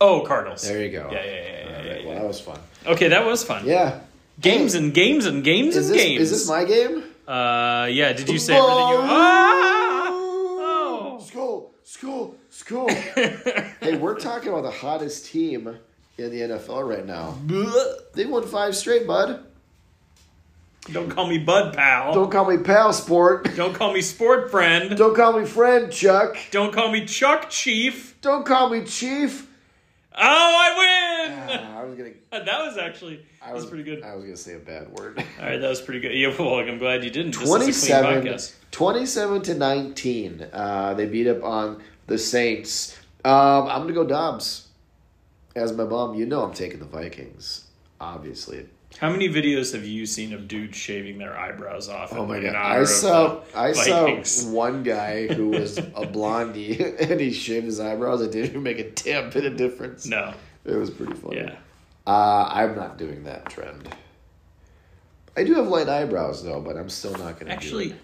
S2: oh, Cardinals.
S3: There you go.
S2: Yeah, yeah, yeah, yeah,
S3: All
S2: yeah,
S3: right,
S2: yeah.
S3: Well, that was fun.
S2: Okay, that was fun.
S3: Yeah.
S2: Games and games and games
S3: Is
S2: and
S3: this,
S2: games.
S3: is this my game?
S2: uh, yeah, did you say everything you. Ah! Oh!
S3: School, school,
S2: [laughs]
S3: school. hey, we're talking about the hottest team in the NFL right now.
S2: Blech.
S3: They won five straight, bud.
S2: [laughs] Don't call me Bud Pal. Don't,
S3: Don't call me pal, sport.
S2: call me Sport Friend. Don't,
S3: Don't call me friend, Chuck.
S2: call me Chuck Chief.
S3: Don't call me chief.
S2: Oh, I win!
S3: Ah, I was gonna.
S2: [laughs] that was actually
S3: I
S2: that was pretty good.
S3: I was gonna say a bad word. [laughs]
S2: All right, that was pretty good. [laughs] Yeah, well, I'm glad you didn't. This is a clean
S3: 27,
S2: podcast.
S3: 27 to nineteen. Uh, they beat up on the Saints. Um, I'm gonna go Dobbs. As my mom, you know I'm taking the Vikings. Obviously,
S2: How many videos have you seen of dudes shaving their eyebrows off?
S3: Oh my
S2: in
S3: god!
S2: honor
S3: I
S2: of uh,
S3: saw
S2: the
S3: I
S2: Vikings?
S3: saw one guy who was a blondie [laughs] and he shaved his eyebrows. It didn't even make a damn bit of difference.
S2: No,
S3: It was pretty funny.
S2: yeah,
S3: Uh, I'm not doing that trend. I do have light eyebrows though, but I'm still not gonna Do
S2: actually,
S3: it.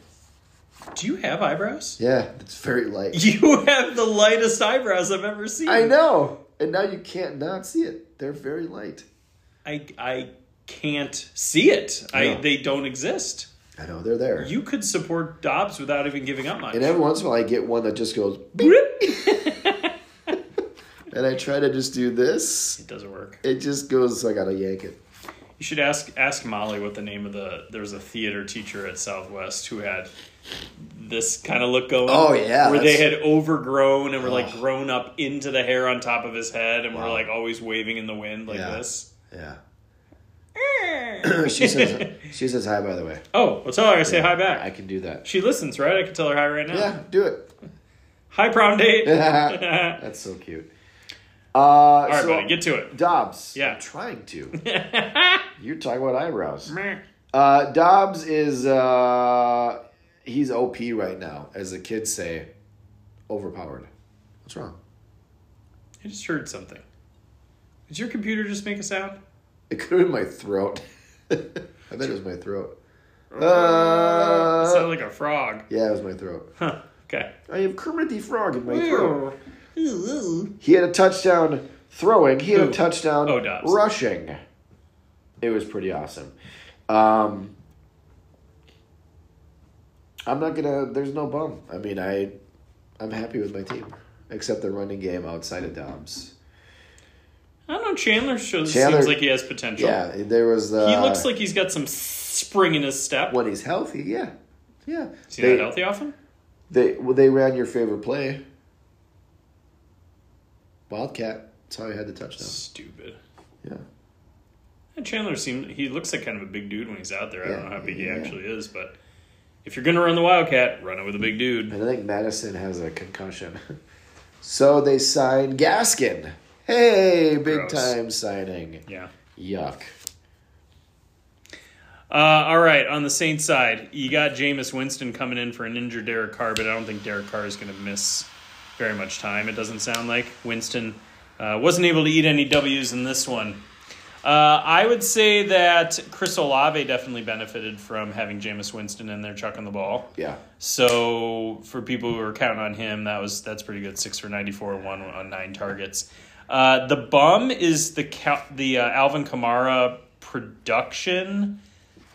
S2: [laughs] do you have eyebrows?
S3: Yeah, it's very light.
S2: You have the lightest eyebrows I've ever seen.
S3: I know, and now you can't not see it. They're very light.
S2: I I can't see it. I
S3: No.
S2: they don't exist.
S3: I know they're there.
S2: You could support Dobbs without even giving up much.
S3: and every once in a while, I get one that just goes, beep,
S2: it
S3: and I try to just do this.
S2: doesn't work.
S3: It just goes. I gotta yank it.
S2: You should ask ask Molly what the name of the there was a theater teacher at Southwest who had this kind of look going.
S3: Oh, yeah,
S2: where they
S3: that's-
S2: had overgrown and were like
S3: Ugh.
S2: grown up into the hair on top of his head and were
S3: Wow.
S2: like always waving in the wind like
S3: Yeah.
S2: this. [laughs]
S3: Yeah. [clears throat] she says. She says hi. By the way,
S2: Oh, well, tell her I say hi back.
S3: I can do that.
S2: she listens, right? I can tell her hi right now.
S3: Yeah, do it. [laughs]
S2: Hi, prom date.
S3: That's so cute. Uh, All
S2: All right,
S3: so,
S2: buddy, get to it.
S3: Dobbs.
S2: Yeah.
S3: I'm trying to. [laughs] You're talking about eyebrows.
S2: Meh.
S3: Uh, Dobbs is uh, he's OP right now, as the kids say, overpowered. What's wrong?
S2: I just heard something. Did your computer just make a sound?
S3: It could have been my throat. [laughs] I bet it was my throat. Uh,
S2: It sounded like a frog.
S3: yeah, it was my throat.
S2: Huh. Okay.
S3: I have Kermit the Frog in my throat.
S2: Ew. Ew.
S3: He had a touchdown throwing. He had
S2: Who?
S3: a touchdown
S2: Oh, Dobbs.
S3: rushing. It was pretty awesome. Um, I'm not gonna. There's no bum. I mean, I, I'm happy with my team, except the running game outside of Dobbs.
S2: I don't know. Chandler, shows,
S3: Chandler-
S2: seems like he has potential.
S3: Yeah, there was. Uh,
S2: He looks like he's got some spring in his step.
S3: when he's healthy. Yeah, yeah.
S2: Is he
S3: They,
S2: not healthy often?
S3: they well, they ran your favorite play. Wildcat. That's how he had the touchdown.
S2: Stupid.
S3: Yeah.
S2: And Chandler seemed he looks like kind of a big dude when he's out there. I
S3: Yeah,
S2: don't know how big he
S3: yeah.
S2: actually is, but if you're gonna run the Wildcat, run it with a big dude.
S3: And I think Madison has a concussion. [laughs] so they signed Gaskin. Hey, big
S2: Gross.
S3: time signing.
S2: Yeah.
S3: Yuck.
S2: Uh, all right, on the Saints side, you got Jameis Winston coming in for an injured Derek Carr, but I don't think Derek Carr is going to miss very much time. It doesn't sound like Winston uh, wasn't able to eat any W's in this one. Uh, I would say that Chris Olave definitely benefited from having Jameis Winston in there chucking the ball.
S3: Yeah.
S2: So for people who are counting on him, that was that's pretty good. Six for ninety four, one on nine targets. Uh, the bum is the Cal- the uh, Alvin Kamara production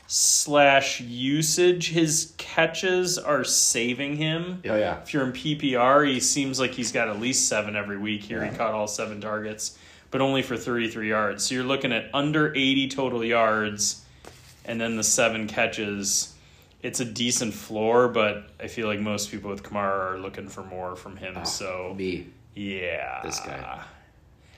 S2: slash usage. His catches are saving him.
S3: Oh, yeah.
S2: If you're in PPR, he seems like he's got at least seven every week. Here he caught all seven targets, but only for thirty three yards. So you're looking at under eighty total yards, and then the seven catches it's a decent floor, but I feel like most people with Kamara are looking for more from him. so
S3: Me.
S2: yeah,
S3: This guy.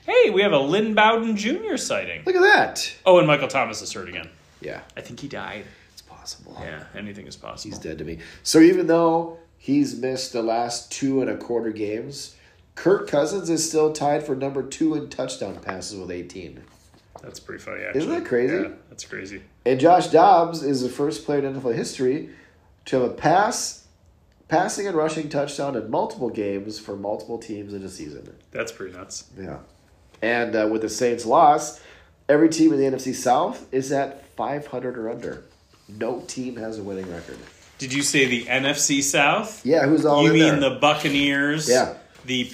S2: Hey, we have a Lynn Bowden Jr. sighting.
S3: Look at that.
S2: Oh, and Michael Thomas is hurt again.
S3: Yeah.
S2: I think he died.
S3: It's possible.
S2: Yeah, anything is possible.
S3: He's dead to me. So even though he's missed the last two and a quarter games, Kirk Cousins is still tied for number two in touchdown passes with 18.
S2: That's pretty funny. Actually.
S3: that crazy?
S2: Yeah, that's crazy.
S3: And Josh Dobbs is the first player in NFL history to have a pass, passing and rushing touchdown in multiple games for multiple teams in a season.
S2: That's pretty nuts.
S3: Yeah. And uh, with the Saints' loss, every team in the NFC South is at 500 or under. No team has a winning record.
S2: Did you say the NFC South?
S3: Yeah, who's all
S2: You
S3: in
S2: mean
S3: there?
S2: the Buccaneers?
S3: Yeah.
S2: The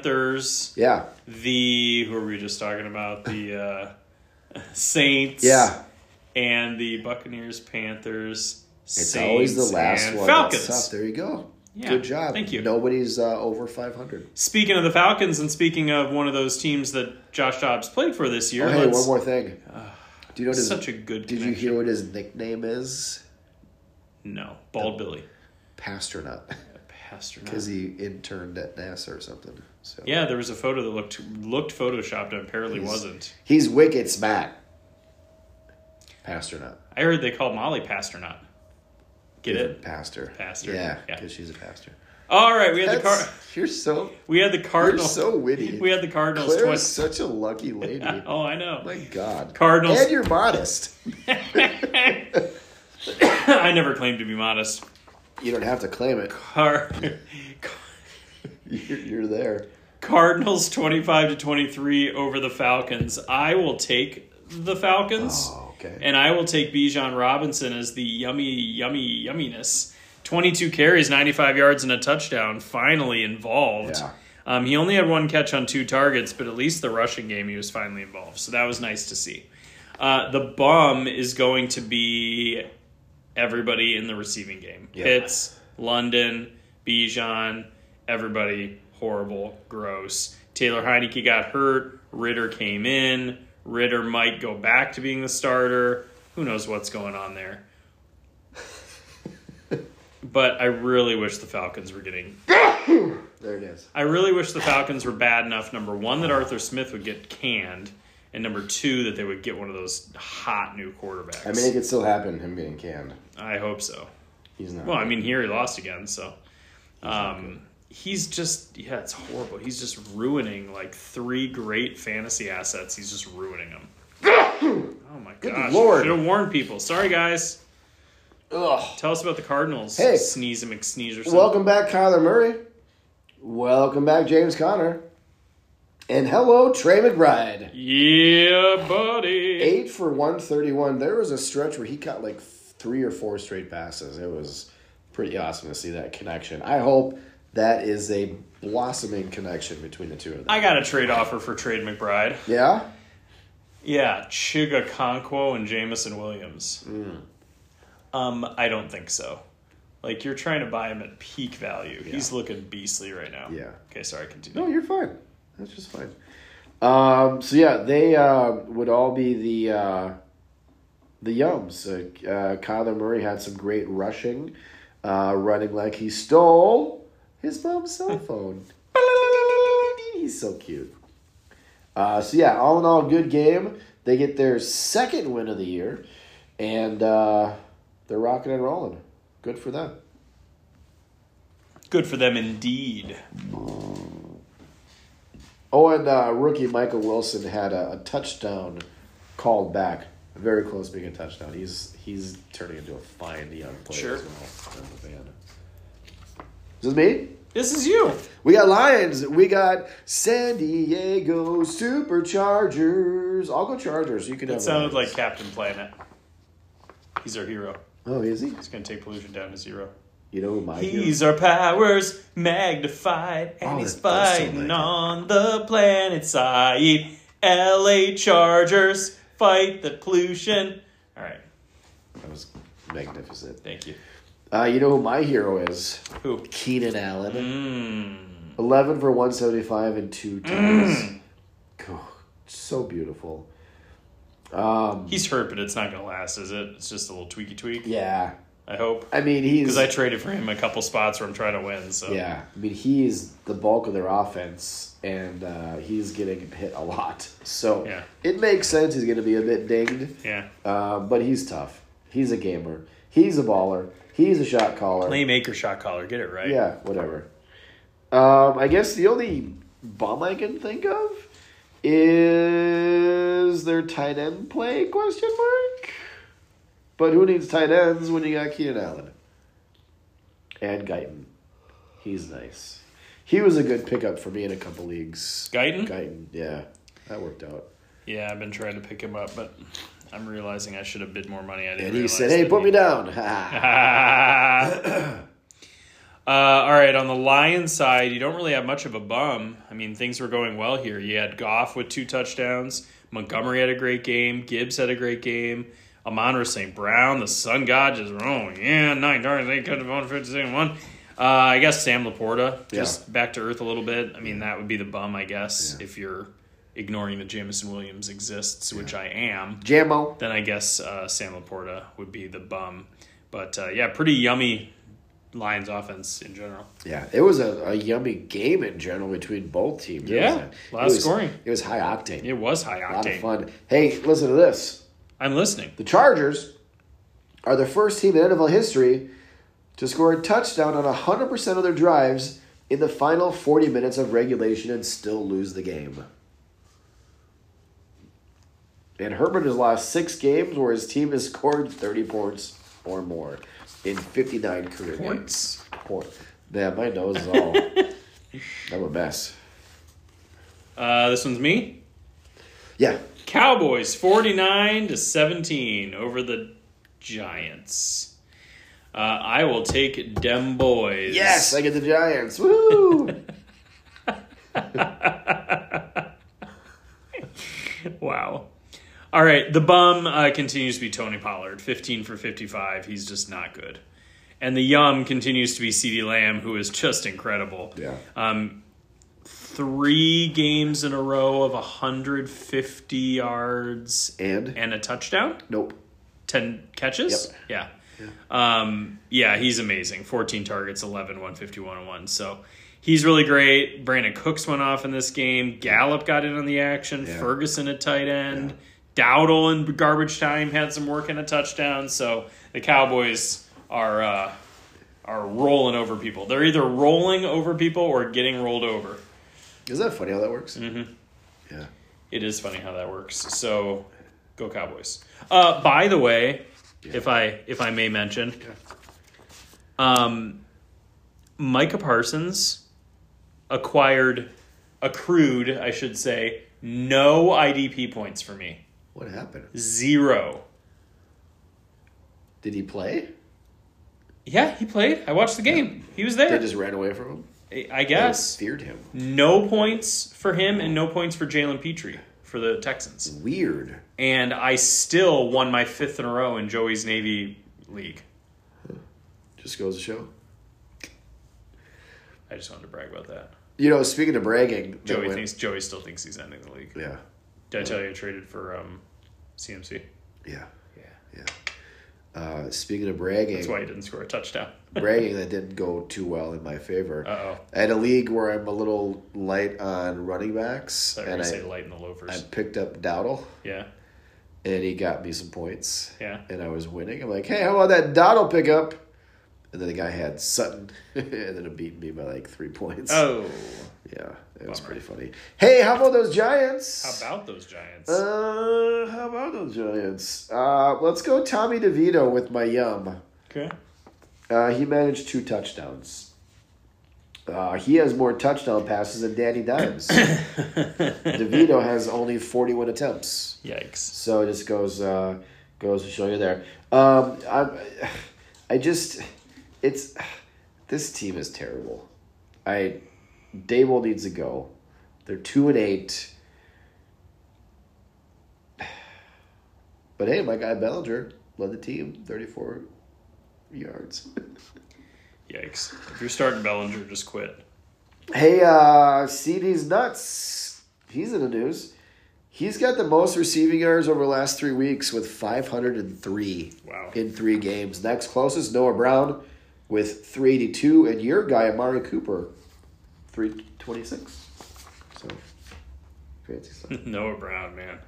S2: Panthers.
S3: yeah,
S2: The who were we just talking about? The uh, Saints.
S3: yeah.
S2: and the Buccaneers, Panthers,
S3: It's
S2: Saints,
S3: always the last
S2: and
S3: one.
S2: Falcons.
S3: That's tough. There you go.
S2: Yeah,
S3: Good job.
S2: thank you.
S3: Nobody's uh, over 500.
S2: Speaking of the Falcons, and speaking of one of those teams that Josh Dobbs played for this year,
S3: Oh, hey,
S2: let's-
S3: one more thing. Do you know what his,
S2: such a good.
S3: Did you
S2: connection.
S3: hear what his nickname is?
S2: No, Bald Billy,
S3: [laughs] Pasternut.
S2: Pastor.
S3: because he interned at NASA or something. So
S2: Yeah, there was a photo that looked looked photoshopped and apparently wasn't.
S3: he's wicked smart. Pastor not
S2: I heard they called Molly Pasternot. Get it?
S3: pastor.
S2: Pastor.
S3: Yeah,
S2: Yeah.
S3: because she's a pastor.
S2: All right, we had the
S3: That's,
S2: car.
S3: you're so
S2: We had the
S3: you're
S2: Cardinals.
S3: so witty.
S2: [laughs] we had the Cardinals
S3: Claire is
S2: twice.
S3: such a lucky
S2: [laughs]
S3: lady.
S2: Oh, I know.
S3: My God,
S2: Cardinals-
S3: and you're modest.
S2: I never claimed to be modest.
S3: You don't have to claim it. [laughs]
S2: Car-
S3: You're, you're there.
S2: Cardinals 25 to 23 over the Falcons. I will take the Falcons.
S3: Oh, okay.
S2: And I will take Bijan Robinson as the yummy, yummy, yumminess. 22 carries, 95 yards, and a touchdown finally involved.
S3: Yeah.
S2: Um, he only had one catch on two targets, but at least the rushing game he was finally involved. So that was nice to see. Uh, the bum is going to be everybody in the receiving game.
S3: Yeah.
S2: Pitts, London, Bijan, everybody horrible, gross. Taylor Heineke got hurt. Ritter came in. Ritter might go back to being the starter. Who knows what's going on there? but I really wish the Falcons were getting
S3: There it is.
S2: I really wish the Falcons were bad enough. Number one, that Arthur Smith would get canned, and number two, that they would get one of those hot new quarterbacks.
S3: I mean, it could still happen. Him getting canned.
S2: I hope so.
S3: He's not.
S2: Well, I mean, here he lost again, so um, he's just yeah, it's horrible. He's just ruining like three great fantasy assets. He's just ruining
S3: [coughs]
S2: them. oh my gosh!
S3: lord.
S2: Should have warned people. Sorry, guys.
S3: Ugh.
S2: Tell us about the Cardinals.
S3: Hey.
S2: sneeze and McSneeze or something.
S3: Welcome back, Kyler Murray. Welcome back, James Conner. And hello, Trey McBride.
S2: yeah, buddy.
S3: eight for 131. There was a stretch where he caught like three or four straight passes. It was pretty awesome to see that connection. I hope that is a blossoming connection between the two of them.
S2: I got a trade offer for Trade McBride.
S3: yeah?
S2: Yeah, Chiga Conquo and Jamison Williams.
S3: Mm.
S2: Um, I don't think so. Like you're trying to buy him at peak value. He's looking beastly right now.
S3: Yeah.
S2: Okay, sorry, continue.
S3: No, you're fine. That's just fine. Um, so yeah, they uh, would all be the uh, the yums. Uh, uh, Kyler Murray had some great rushing, uh, running like he stole his mom's cell phone. He's so cute. Uh, so yeah, all in all, good game. They get their second win of the year, and uh, they're rocking and rolling. Good for them.
S2: Good for them indeed.
S3: Oh, and uh, rookie Michael Wilson had a, a touchdown called back, very close to being a touchdown. He's he's turning into a fine young player
S2: Sure.
S3: as well. I'm a fan. Is this me?
S2: This is you.
S3: We got Lions. We got San Diego Superchargers. I'll go Chargers. You can.
S2: That
S3: have
S2: sounded like
S3: Lions.
S2: Captain Planet. He's our hero.
S3: Oh, is he?
S2: He's gonna take pollution down to zero.
S3: You know who my hero-
S2: He's our powers magnified, and
S3: Oh,
S2: he's
S3: that does sound
S2: fighting
S3: like it.
S2: on the planet side. LA Chargers fight the pollution. All right,
S3: That was magnificent.
S2: thank you.
S3: Uh, you know who my hero is?
S2: Who?
S3: Keenan Allen.
S2: Mm,
S3: 11 for 175 and two touchdowns. so beautiful. Um,
S2: he's hurt, but it's not gonna last, is it? It's just a little tweaky tweak.
S3: yeah.
S2: I hope
S3: I mean, he's
S2: because I traded for him a couple spots where I'm trying to win. So
S3: yeah. I mean, he is the bulk of their offense, and uh, he's getting hit a lot. So
S2: Yeah.
S3: it makes sense he's going to be a bit dinged,
S2: yeah,
S3: uh, but he's tough. He's a gamer. He's a baller. He's a shot caller.
S2: playmaker, shot caller, get it right.
S3: Yeah, whatever. Um, I guess the only bum I can think of is their tight end play question mark. But who needs tight ends when you got Keenan Allen and Guyton? He's nice. He was a good pickup for me in a couple leagues.
S2: Guyton?
S3: Guyton, yeah, that worked out.
S2: yeah. I've been trying to pick him up, but I'm realizing I should have bid more money. I didn't.
S3: And he
S2: realize
S3: said, "Hey,
S2: that
S3: put
S2: he-
S3: me down."
S2: [laughs]
S3: Ha.
S2: Ah. [laughs] uh, all right, on the Lions side, you don't really have much of a bum. I mean, things were going well here. You had Goff with two touchdowns. Montgomery had a great game. Gibbs had a great game. Amonra St. Brown, the sun god, just, oh, yeah, nine targets, eight cut one, 56 one. Uh, I guess Sam Laporta, just back to earth a little bit. I mean, that would be the bum, I guess, if you're ignoring that Jamison Williams exists, which I am
S3: Jammo.
S2: then I guess uh, Sam Laporta would be the bum. But uh, yeah, pretty yummy Lions offense in general.
S3: Yeah, it was a, a yummy game in general between both teams. It
S2: Yeah, a
S3: was a-
S2: lot
S3: it
S2: of
S3: was-
S2: scoring.
S3: It was high octane.
S2: It was high
S3: A lot of
S2: octane.
S3: fun. Hey, listen to this.
S2: I'm listening.
S3: The Chargers are the first team in NFL history to score a touchdown on 100% of their drives in the final 40 minutes of regulation and still lose the game. And Herbert has lost six games where his team has scored 30 points or more in 59 career games.
S2: Points.
S3: Point. Man, my nose is [laughs] all. I'm a mess.
S2: Uh, this one's me.
S3: Yeah.
S2: Cowboys 49 to 17 over the Giants. Uh, I will take dem boys.
S3: Yes, I get the Giants. Woo! [laughs]
S2: Wow. All All right, the bum uh, continues to be Tony Pollard, 15 for 55. He's just not good. And the yum continues to be CeeDee Lamb, who is just incredible.
S3: Yeah.
S2: Um, three games in a row of 150 yards
S3: And?
S2: and a touchdown,
S3: Nope.
S2: 10 catches. Yeah. Um, yeah, he's amazing. 14 targets, 11, 151, and 1. So he's really great. Brandon Cooks went off in this game. Gallup got in on the action.
S3: Yeah.
S2: Ferguson at tight end. Dowdle in garbage time had some work and a touchdown. So the Cowboys are uh, are rolling over people. They're either rolling over people or getting rolled over.
S3: Is that funny how that works? Mm-hmm. Yeah.
S2: It is funny how that works. So, go Cowboys. Uh, by the way, if I if I may mention, um, Micah Parsons acquired, accrued, I should say, no IDP points for me.
S3: What happened?
S2: Zero.
S3: Did he play?
S2: Yeah, he played. I watched the game. He was
S3: They
S2: there.
S3: just ran away from him?
S2: I- I
S3: They
S2: guess.
S3: Feared him.
S2: No points for him and no points for Jalen Petrie for the Texans.
S3: Weird.
S2: and I still won my fifth in a row in Joey's Navy league.
S3: Just goes to show.
S2: I just wanted to brag about that.
S3: You know, speaking of bragging, that
S2: Joey
S3: went-
S2: thinks Joey still thinks he's ending the league.
S3: Yeah.
S2: Did I tell you I traded for um, CMC?
S3: Yeah.
S2: Yeah,
S3: Yeah. Uh, speaking of bragging,
S2: that's why he didn't score a touchdown.
S3: bragging that didn't go too well in my favor.
S2: Uh oh,
S3: I had a league where I'm a little light on running backs,
S2: sorry
S3: and
S2: to
S3: I,
S2: say light in the
S3: I
S2: loafers.
S3: picked up Dowdle,
S2: yeah,
S3: and he got me some points.
S2: Yeah.
S3: And I was winning. I'm like, hey, how about that Dowdle pickup? And then the guy had Sutton, [laughs] and then it beat me by like three points.
S2: oh,
S3: Yeah, it was
S2: Bummer.
S3: pretty funny. Hey, how about those Giants?
S2: how about those Giants?
S3: Uh, how about those Giants? Uh, let's go Tommy DeVito with my yum.
S2: okay,
S3: Uh, he managed two touchdowns. Uh, he has more touchdown passes than Danny
S2: [coughs]
S3: Dimes. DeVito has only 41 attempts.
S2: yikes.
S3: So it just goes uh, goes to show you there. Um, I, [sighs] I just, it's [sighs] this team is terrible. I, Dable needs to go. They're two and eight. [sighs] But hey, my guy Bellinger led the team thirty four yards.
S2: Yikes! If you're starting Bellinger, just quit.
S3: Hey, uh, CD's nuts. He's in the news. He's got the most receiving yards over the last three weeks with 503
S2: Wow.
S3: in three games. Next closest, Noah Brown with 382, and your guy, Amari Cooper, 326. So, fancy stuff.
S2: Noah Brown, man.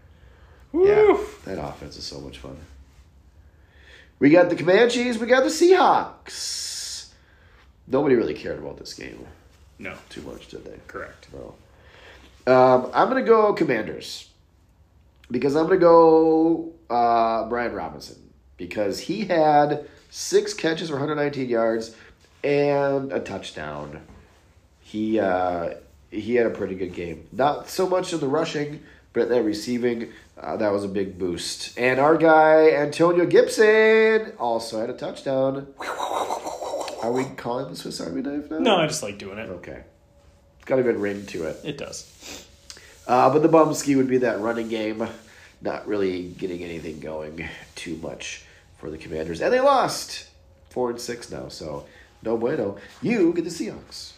S3: yeah,
S2: Woo!
S3: that offense is so much fun. We got the Comanches, we got the Seahawks. Nobody really cared about this game
S2: No,
S3: too much, did they?
S2: correct.
S3: No. Um, I'm gonna go Commanders because I'm gonna go uh, Brian Robinson because he had six catches for 119 yards and a touchdown. He uh, he had a pretty good game. Not so much in the rushing, but in that receiving, uh, that was a big boost. And our guy Antonio Gibson also had a touchdown. Are we calling the Swiss Army knife now?
S2: No, I just like doing it.
S3: Okay. It's got a good ring to it.
S2: It does.
S3: Uh, but the Bumski would be that running game. Not really getting anything going too much for the Commanders. And they lost. Four and six now, so no bueno. You get the Seahawks.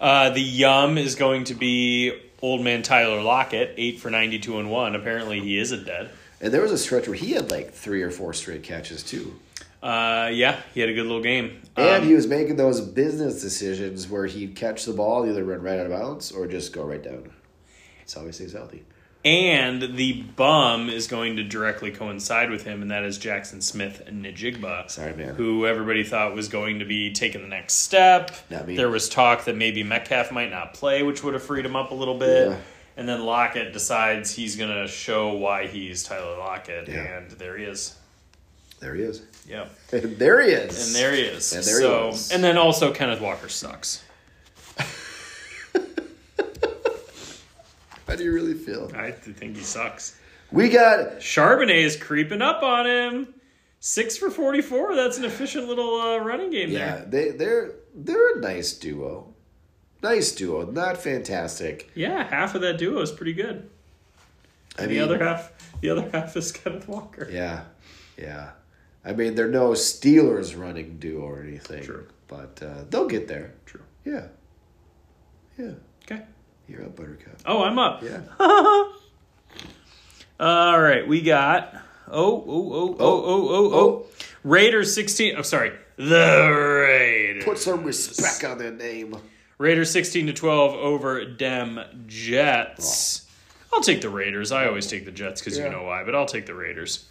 S2: Uh, the yum is going to be old man Tyler Lockett, eight for ninety-two and one. Apparently, he isn't dead.
S3: And there was a stretch where he had like three or four straight catches too.
S2: Uh, yeah, he had a good little game.
S3: And
S2: Um,
S3: he was making those business decisions where he'd catch the ball, either run right out of bounds or just go right down. It's how he stays healthy.
S2: and the bum is going to directly coincide with him, and that is Jackson Smith and Najigba.
S3: Sorry, man.
S2: Who everybody thought was going to be taking the next step.
S3: Not me.
S2: There was talk that maybe Metcalf might not play, which would have freed him up a little bit.
S3: Yeah.
S2: And then Lockett decides he's going to show why he's Tyler Lockett,
S3: Yeah.
S2: and there he is.
S3: There he is. [laughs]
S2: Yeah.
S3: there he is.
S2: And there he is.
S3: And there he
S2: so,
S3: was.
S2: And then also Kenneth Walker sucks.
S3: How do you really feel?
S2: I think he sucks.
S3: We got
S2: Charbonnet is creeping up on him. Six for forty-four. That's an efficient little uh, running game
S3: Yeah,
S2: there.
S3: they they're they're a nice duo. Nice duo, not fantastic.
S2: Yeah, half of that duo is pretty good.
S3: I
S2: the
S3: mean-
S2: other half, the other half is Kenneth Walker.
S3: Yeah, yeah. I mean, they're no Steelers running duo or anything.
S2: True.
S3: But uh, they'll get there.
S2: True.
S3: Yeah. Yeah.
S2: Okay.
S3: You're up, Buttercup.
S2: Oh, I'm up. [laughs]
S3: Yeah.
S2: All right, we got oh oh oh oh oh oh oh Raiders sixteen. I'm sorry, the Raiders.
S3: Put some respect on their name.
S2: Raiders sixteen to twelve over Dem Jets. I'll take the Raiders. I always take the Jets because
S3: Yeah.
S2: you know why, but I'll take the Raiders.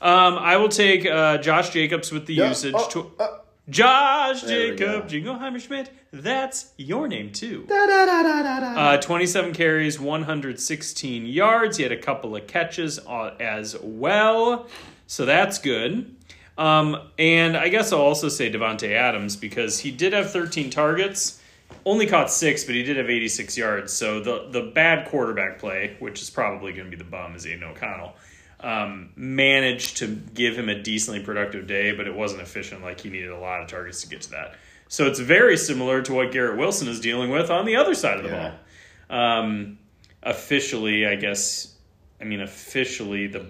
S2: Um, I will take uh, Josh Jacobs with the
S3: Yeah.
S2: usage.
S3: Oh,
S2: tw-
S3: oh.
S2: Josh
S3: There we
S2: Jacob
S3: go.
S2: Jingleheimer Schmidt. That's your name too.
S3: Da, da, da, da, da, da.
S2: Uh, 27 carries, 116 yards. He had a couple of catches uh, as well, so that's good. Um, and I guess I'll also say Devonte Adams because he did have 13 targets, only caught six, but he did have 86 yards. So the the bad quarterback play, which is probably going to be the bum, is Aiden O'Connell. Um, managed to give him a decently productive day, but it wasn't efficient. Like he needed a lot of targets to get to that. So it's very similar to what Garrett Wilson is dealing with on the other side of the
S3: Yeah.
S2: ball um officially i guess i mean officially the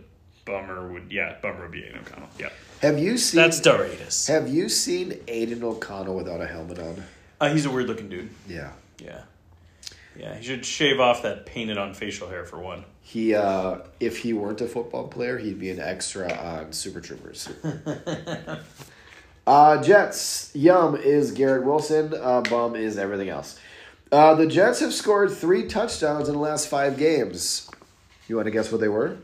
S2: bummer would yeah bummer would be aiden o'connell yeah
S3: have you seen?
S2: that's doritos
S3: Have you seen Aiden O'Connell without a helmet on?
S2: uh, he's a weird looking dude
S3: Yeah.
S2: yeah yeah he should shave off that painted on facial hair for one
S3: He, uh, if he weren't a football player, he'd be an extra on Super Troopers. uh, Jets. Yum is Garrett Wilson. Uh, bum is everything else. Uh, the Jets have scored three touchdowns in the last five games. You want to guess what they were?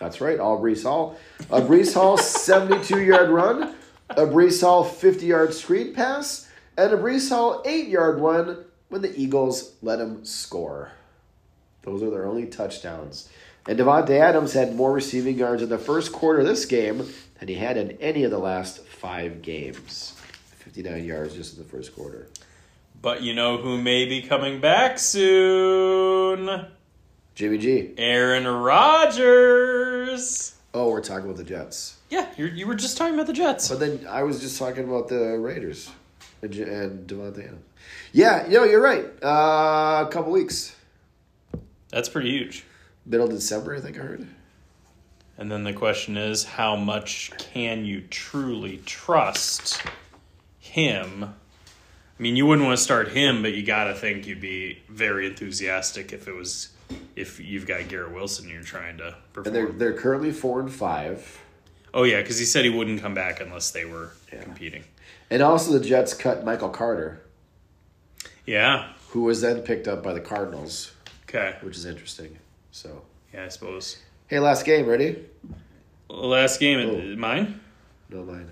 S3: That's right, all Brees Hall. A Brees Hall 72 yard run, a Brees Hall 50 yard screen pass, and a Brees Hall 8 yard one when the Eagles let him score. Those are their only touchdowns. And Devontae Adams had more receiving yards in the first quarter of this game than he had in any of the last five games. 59 yards just in the first quarter.
S2: but you know who may be coming back soon
S3: Jimmy G.
S2: aaron rodgers
S3: Oh, we're talking about the Jets.
S2: yeah you you were just talking about the jets
S3: But then I was just talking about the Raiders and, J- and Devontae Adams. Yeah, no, you're right. Uh, a couple weeks.
S2: that's pretty huge
S3: Middle of December, I think I heard.
S2: And then the question is, how much can you truly trust him? I mean, you wouldn't want to start him, but you got to think you'd be very enthusiastic if it was if you've got Garrett Wilson and you're trying to
S3: And they're,
S2: perform.
S3: they're currently 4 and 5.
S2: Oh yeah, because he said he wouldn't come back unless they were competing.
S3: And also the Jets cut Michael Carter,
S2: Yeah.
S3: who was then picked up by the Cardinals.
S2: Okay.
S3: which is interesting. So,
S2: Yeah, I suppose.
S3: hey, last game, ready?
S2: Last game, uh,
S3: Oh.
S2: mine.
S3: No mine.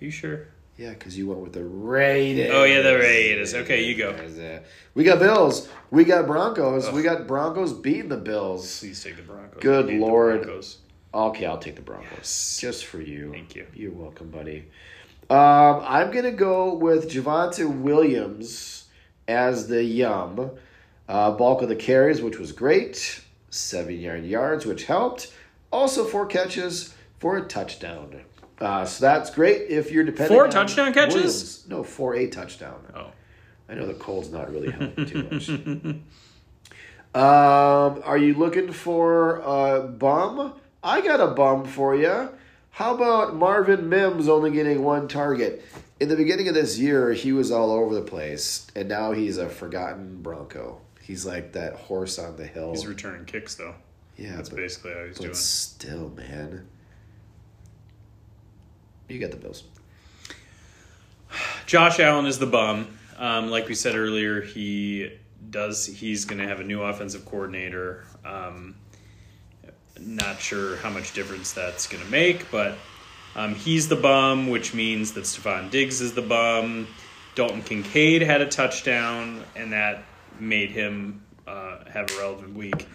S2: Are you sure?
S3: Yeah, because you went with the Raiders.
S2: Oh, yeah, the Raiders. Okay, you go.
S3: go. We got Bills. We got Broncos. We got Broncos beating the Bills.
S2: Please take the Broncos.
S3: Good
S2: I hate the
S3: Lord.
S2: Broncos.
S3: Okay, I'll take the Broncos.
S2: Yes.
S3: Just for you.
S2: Thank you.
S3: You're welcome, buddy. Um, I'm going to go with Javante Williams as the yum. Uh, bulk of the carries, which was great. Seven yard yards, which helped. Also, four catches for a touchdown. Uh, so that's great if you're depending
S2: Four
S3: on
S2: touchdown catches?
S3: Williams. No, four a touchdown.
S2: Oh.
S3: I know the cold's not really helping too
S2: [laughs]
S3: much. um, are you looking for a bum? I got a bum for you. How about Marvin Mims only getting one target? In the beginning of this year, he was all over the place, and now he's a forgotten Bronco. He's like that horse on the hill.
S2: He's returning kicks though.
S3: yeah,
S2: That's
S3: but,
S2: basically how he's
S3: but
S2: doing.
S3: still, man. You got the Bills.
S2: Josh Allen is the bum. Um, like we said earlier, he does. He's going to have a new offensive coordinator. Um, not sure how much difference that's going to make, but um, he's the bum, which means that Stephon Diggs is the bum. Dalton Kincaid had a touchdown, and that made him uh, have a relevant week.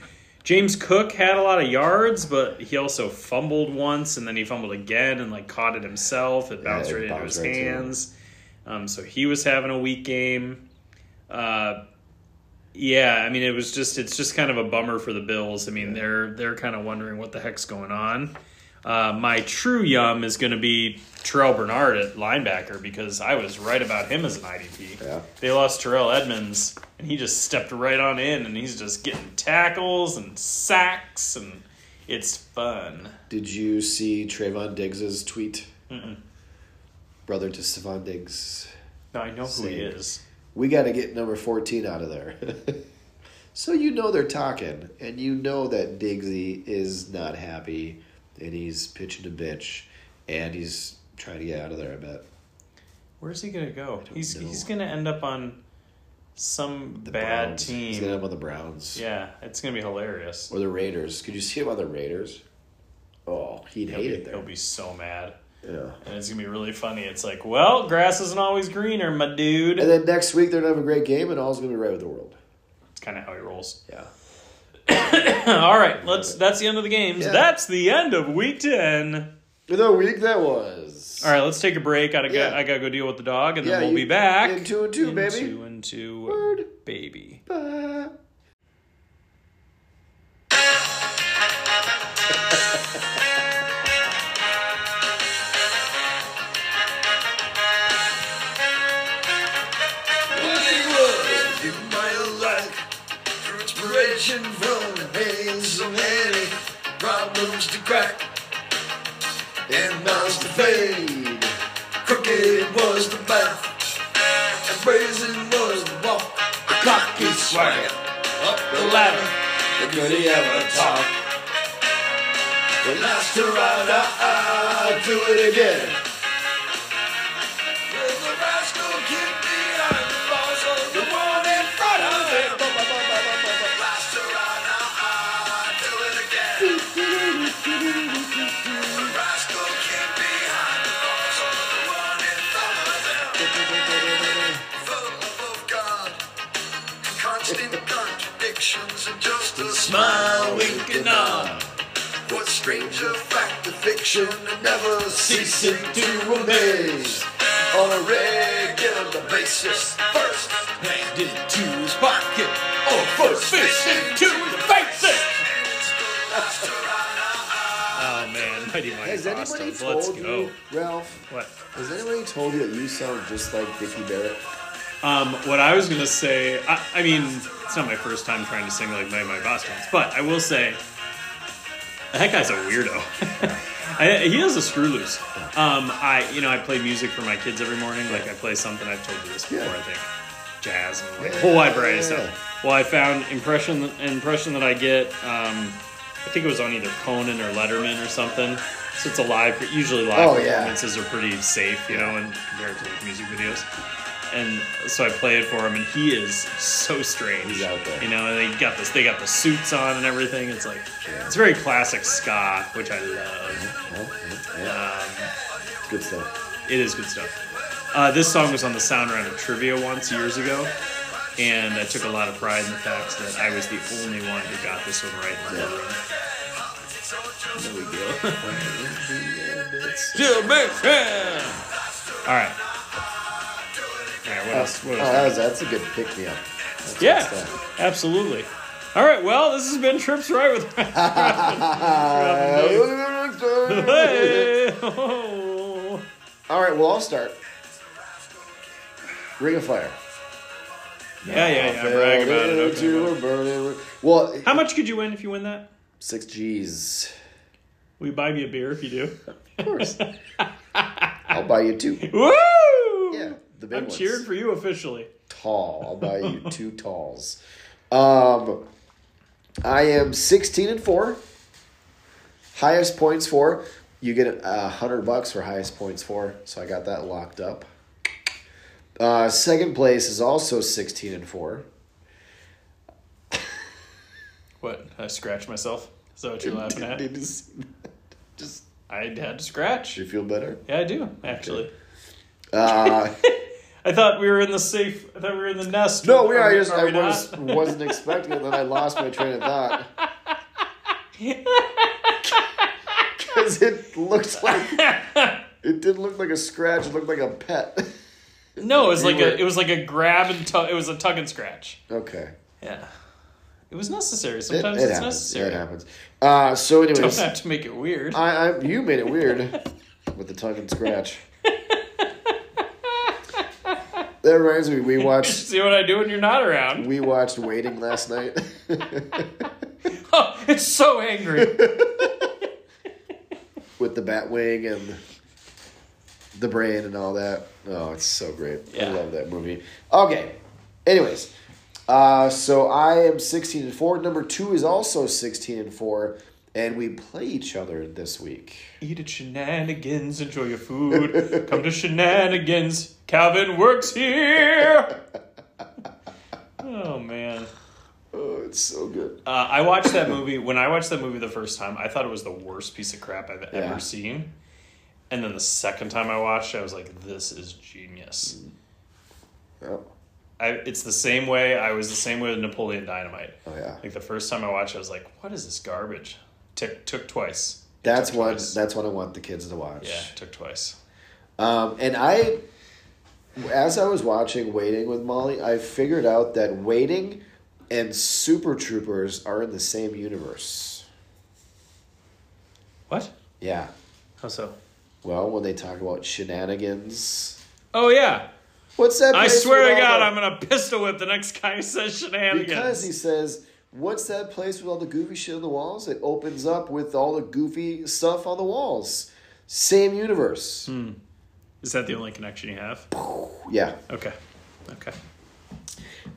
S2: James Cook had a lot of yards, but he also fumbled once, and then he fumbled again, and like caught it himself. It bounced
S3: it
S2: right into
S3: bounced
S2: his
S3: right to him.
S2: hands. Um, so he was having a weak game. Uh, yeah, I mean, it was just it's just kind of a bummer for the Bills. I mean, they're they're kind of wondering what the heck's going on. Uh, my true yum is going to be Terrell Bernard at linebacker because I was right about him as an IDP.
S3: Yeah.
S2: They lost Terrell Edmonds, and he just stepped right on in, and he's just getting tackles and sacks, and it's fun.
S3: Did you see Trayvon Diggs's tweet? Brother to Stephon Diggs.
S2: Now I know who he
S3: Same.
S2: is.
S3: We got to get number 14 out of there. [laughs] so you know they're talking, and you know that Diggsy is not happy, and he's pitching a bitch, and he's trying to get out of there, I bet.
S2: Where's he going to go? He's
S3: know.
S2: he's going to end up on some
S3: The
S2: bad
S3: Browns. He's
S2: team.
S3: going to end up on the Browns.
S2: yeah, it's going to be hilarious.
S3: Or the Raiders. Could you see him on the Raiders? Oh, he'd
S2: He'll
S3: hate
S2: be,
S3: it there.
S2: he'll be so mad.
S3: yeah.
S2: And it's gonna be really funny. It's like, well, grass isn't always greener, my dude.
S3: And then next week they're going to have a great game, and all's going to be right with the world.
S2: It's kind of how he rolls. [clears throat]
S3: Yeah.
S2: All right, let's. That's the end of the games.
S3: Yeah.
S2: That's the end of week ten.
S3: The week that was.
S2: All right, let's take a break. I gotta,
S3: Yeah.
S2: I gotta go deal with the dog, and
S3: Yeah,
S2: then we'll
S3: you-
S2: be back.
S3: in two and two,
S2: In
S3: baby.
S2: Two and two,
S3: Word.
S2: baby.
S3: Bye.
S4: What it was in my life for inspiration from the pain, so many problems to crack and miles to fade. Crooked was the path, and brazen was the walk. The cocky swagger up the ladder, the good he ever talk. The last hurrah, I'll do it again. There's a rascal kid behind the bars of the one in front of him. Blaster on a eye, do it again. The rascal kid behind the bars of the one in front of him. Full of love, God, and constant contradictions and just a smile winking on. What stranger fact of fiction and never ceasing to amaze on a regular basis. First handed to his pocket, or first fist into the faces. uh,
S2: Oh man, Mighty Mighty
S3: Has anybody
S2: Boston. Let's
S3: told
S2: go.
S3: you, Ralph?
S2: What?
S3: Has anybody told you that you sound just like Dickie Barrett?
S2: Um, what I was gonna say, I, I mean, it's not my first time trying to sing like Mighty Mighty Boston, but I will say, that guy's a weirdo. [laughs] I, he has a screw loose. Um, I, you know, I play music for my kids every morning. Like I play something I've told you this before.
S3: Yeah.
S2: I think jazz and like a whole wide variety of
S3: Yeah.
S2: stuff. Well, I found impression impression that I get. Um, I think it was on either Conan or Letterman or something. So it's a live, usually live
S3: Oh, yeah.
S2: performances are pretty safe, you know, and compared to like music videos. And so I play it for him, and he is so strange.
S3: He's out there.
S2: You know, and they got this, they got the suits on and everything. It's like
S3: Yeah. Mm-hmm.
S2: it's very classic ska, which I love.
S3: Huh? Yeah.
S2: Uh,
S3: It's good stuff.
S2: It is good stuff. Uh, this song was on the sound round of trivia once years ago, and I took a lot of pride in the fact that I was the only one who got this one right in the whole room.
S3: No big deal.
S4: Still big fan.
S2: All right. All right. What else?
S3: oh,
S2: What else?
S3: that was, that's a good pick me up.
S2: Yeah,
S3: stuff.
S2: absolutely. All right, well, this has been Trips Right with [laughs] [laughs]
S3: [laughs]
S2: Hey! Oh.
S3: All right, well, I'll start. Ring of Fire.
S2: Yeah, yeah, yeah. Brag about it.
S3: Fell into
S2: Okay. well.
S3: a burning ri- Well,
S2: How much could you win if you win that?
S3: six G's.
S2: Will you buy me a beer if you do?
S3: Of course. I'll buy you two.
S2: [laughs] Woo!
S3: Yeah, the big
S2: I'm
S3: ones.
S2: cheering for you officially.
S3: tall. I'll buy [laughs] you two talls. Um, I am sixteen and four. Highest points for you get a hundred bucks for highest points for. So I got that locked up. Uh, second place is also sixteen and four.
S2: What? I scratched myself. Is that what
S3: [laughs]
S2: you're laughing at?
S3: Did you see that? Just
S2: I had to scratch.
S3: do you feel better?
S2: Yeah, I do actually.
S3: Uh,
S2: I thought we were in the safe. I thought we were in the nest.
S3: no, we are. I
S2: we-
S3: just
S2: we
S3: I
S2: not?
S3: was, wasn't expecting it, then I lost my train
S2: [laughs]
S3: of thought. Because it looked like it didn't look like a scratch. It looked like a pet.
S2: No, it was
S3: We
S2: like
S3: were-
S2: a. It was like a grab and tug. It was a tug and scratch.
S3: Okay.
S2: Yeah. It was necessary.
S3: It,
S2: Sometimes
S3: it
S2: it's
S3: happens.
S2: necessary.
S3: It happens. Uh, so,
S2: Don't
S3: anyways, I,
S2: have to make it weird.
S3: I you made it weird with the tug and scratch. That reminds me. We watched
S2: [laughs] See what I do when you're not around. [laughs]
S3: we watched Waiting last night. [laughs]
S2: Oh, it's so
S3: [laughs]
S2: angry.
S3: with the Batwing and the brain and all that. Oh, it's so great.
S2: Yeah.
S3: I love that movie. Okay. Anyways, uh, so I am 16 and 4. Number two is also 16 and 4. And we play each other this week.
S2: Eat at shenanigans, enjoy your food. Come to shenanigans. Calvin works here. Oh man.
S3: Oh, it's so good.
S2: Uh, I watched that movie. When I watched that movie the first time, I thought it was the worst piece of crap I've
S3: Yeah.
S2: ever seen. And then the second time I watched it, I was like, this is genius.
S3: Oh,
S2: I, it's the same way I was the same way with Napoleon Dynamite.
S3: oh, yeah.
S2: Like the first time I watched, it, I was like, "What is this garbage?" Tick took twice. It
S3: That's
S2: took
S3: what
S2: twice.
S3: that's what I want the kids to watch.
S2: yeah took twice.
S3: Um, and I, as I was watching Waiting with Molly, I figured out that Waiting and Super Troopers are in the same universe.
S2: What?
S3: Yeah.
S2: How so?
S3: Well, when they talk about shenanigans,
S2: Oh yeah!
S3: what's that?
S2: I
S3: place
S2: swear
S3: with
S2: to God,
S3: all the-
S2: I'm gonna pistol whip the next guy who says [laughs] shenanigans.
S3: because he says, "What's that place with all the goofy shit on the walls?" It opens up with all the goofy stuff on the walls. Same universe.
S2: Hmm. is that the only connection you have?
S3: Yeah.
S2: Okay, okay.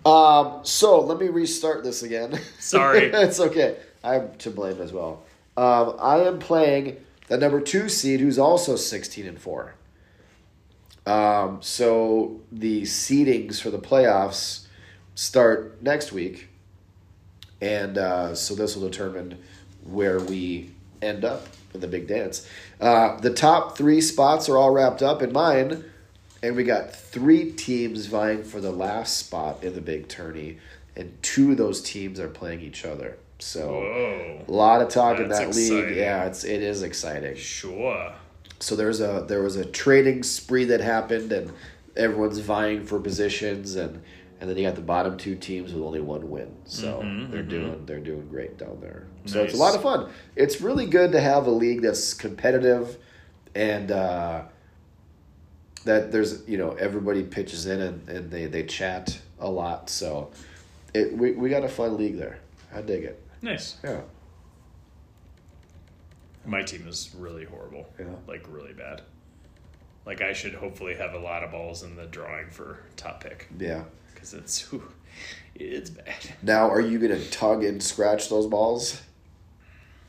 S3: Um. So let me restart this again.
S2: Sorry.
S3: [laughs] it's okay. I'm to blame as well. Um. I am playing the number two seed, who's also sixteen and four. Um. So the seedings for the playoffs start next week, and uh, so this will determine where we end up in the big dance. Uh, the top three spots are all wrapped up in mine, and we got three teams vying for the last spot in the big tourney, and two of those teams are playing each other. So.
S2: Whoa,
S3: A lot of talk in that
S2: That's
S3: league.
S2: exciting.
S3: Yeah, it's it is exciting.
S2: sure.
S3: So there's a there was a trading spree that happened, and everyone's vying for positions, and and then you got the bottom two teams with only one win. So they're doing they're doing great down there. So it's a
S2: Nice.
S3: lot of fun. It's really good to have a league that's competitive, and uh, that there's you know everybody pitches in and, and they they chat a lot. So it we we got a fun league there. I dig it.
S2: Nice.
S3: Yeah.
S2: My team is really horrible.
S3: Yeah.
S2: Like really bad. Like I should hopefully have a lot of balls in the drawing for top pick
S3: Yeah.
S2: because it's whew, it's bad.
S3: Now, are you gonna tug and scratch those balls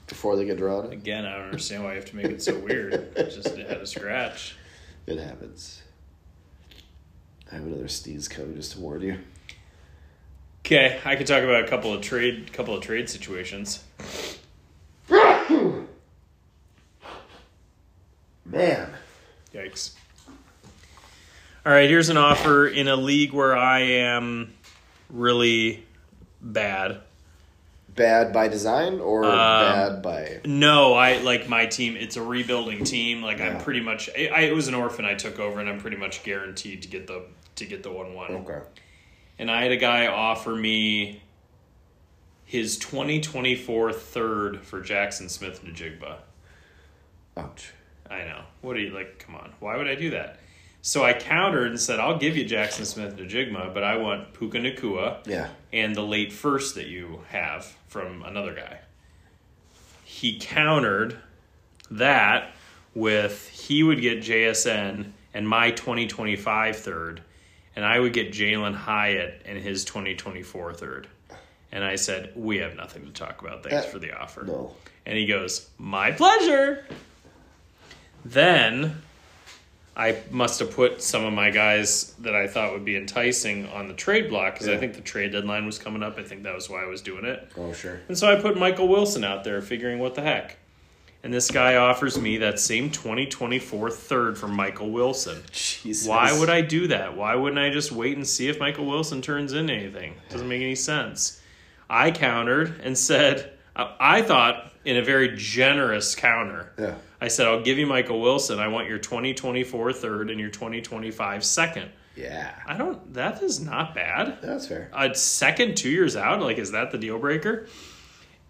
S3: before they get drawn?
S2: Again, I don't understand why you have to make it so weird. I just had a scratch.
S3: It happens. I have another sneeze coming just to warn you.
S2: Okay, I could talk about a couple of trade, couple of trade situations.
S3: Man,
S2: Yikes! All right, here's an offer in a league where I am really bad.
S3: bad by design or
S2: Um,
S3: bad by
S2: No, I like my team. It's a rebuilding team. Like I'm
S3: Yeah.
S2: pretty much. I, I it was an orphan I took over, and I'm pretty much guaranteed to get the to get the one one.
S3: okay.
S2: and I had a guy offer me his 2024 third for Jackson Smith Najigba.
S3: Ouch.
S2: I know. What are you like? Come on. Why would I do that? So I countered and said, I'll give you Jackson Smith Najigma, but I want Puka Nakua
S3: Yeah.
S2: and the late first that you have from another guy. He countered that with he would get JSN and my 2025 third, and I would get Jalen Hyatt and his 2024 third. And I said, We have nothing to talk about. Thanks
S3: Uh,
S2: for the offer.
S3: No.
S2: And he goes, My pleasure. Then I must have put some of my guys that I thought would be enticing on the trade block because I
S3: Yeah.
S2: think the trade deadline was coming up. I think that was why I was doing it.
S3: Oh sure.
S2: And so I put Michael Wilson out there, figuring what the heck. And this guy offers me that same 2024 third for Michael Wilson.
S3: Jesus.
S2: Why would I do that? Why wouldn't I just wait and see if Michael Wilson turns in anything? Doesn't make any sense. I countered and said, I I thought in a very generous counter,
S3: Yeah.
S2: I said, I'll give you Michael Wilson. I want your 2024 third and your 2025 second.
S3: Yeah.
S2: I don't. That is not bad.
S3: That's fair.
S2: a second two years out. Like, is that the deal breaker?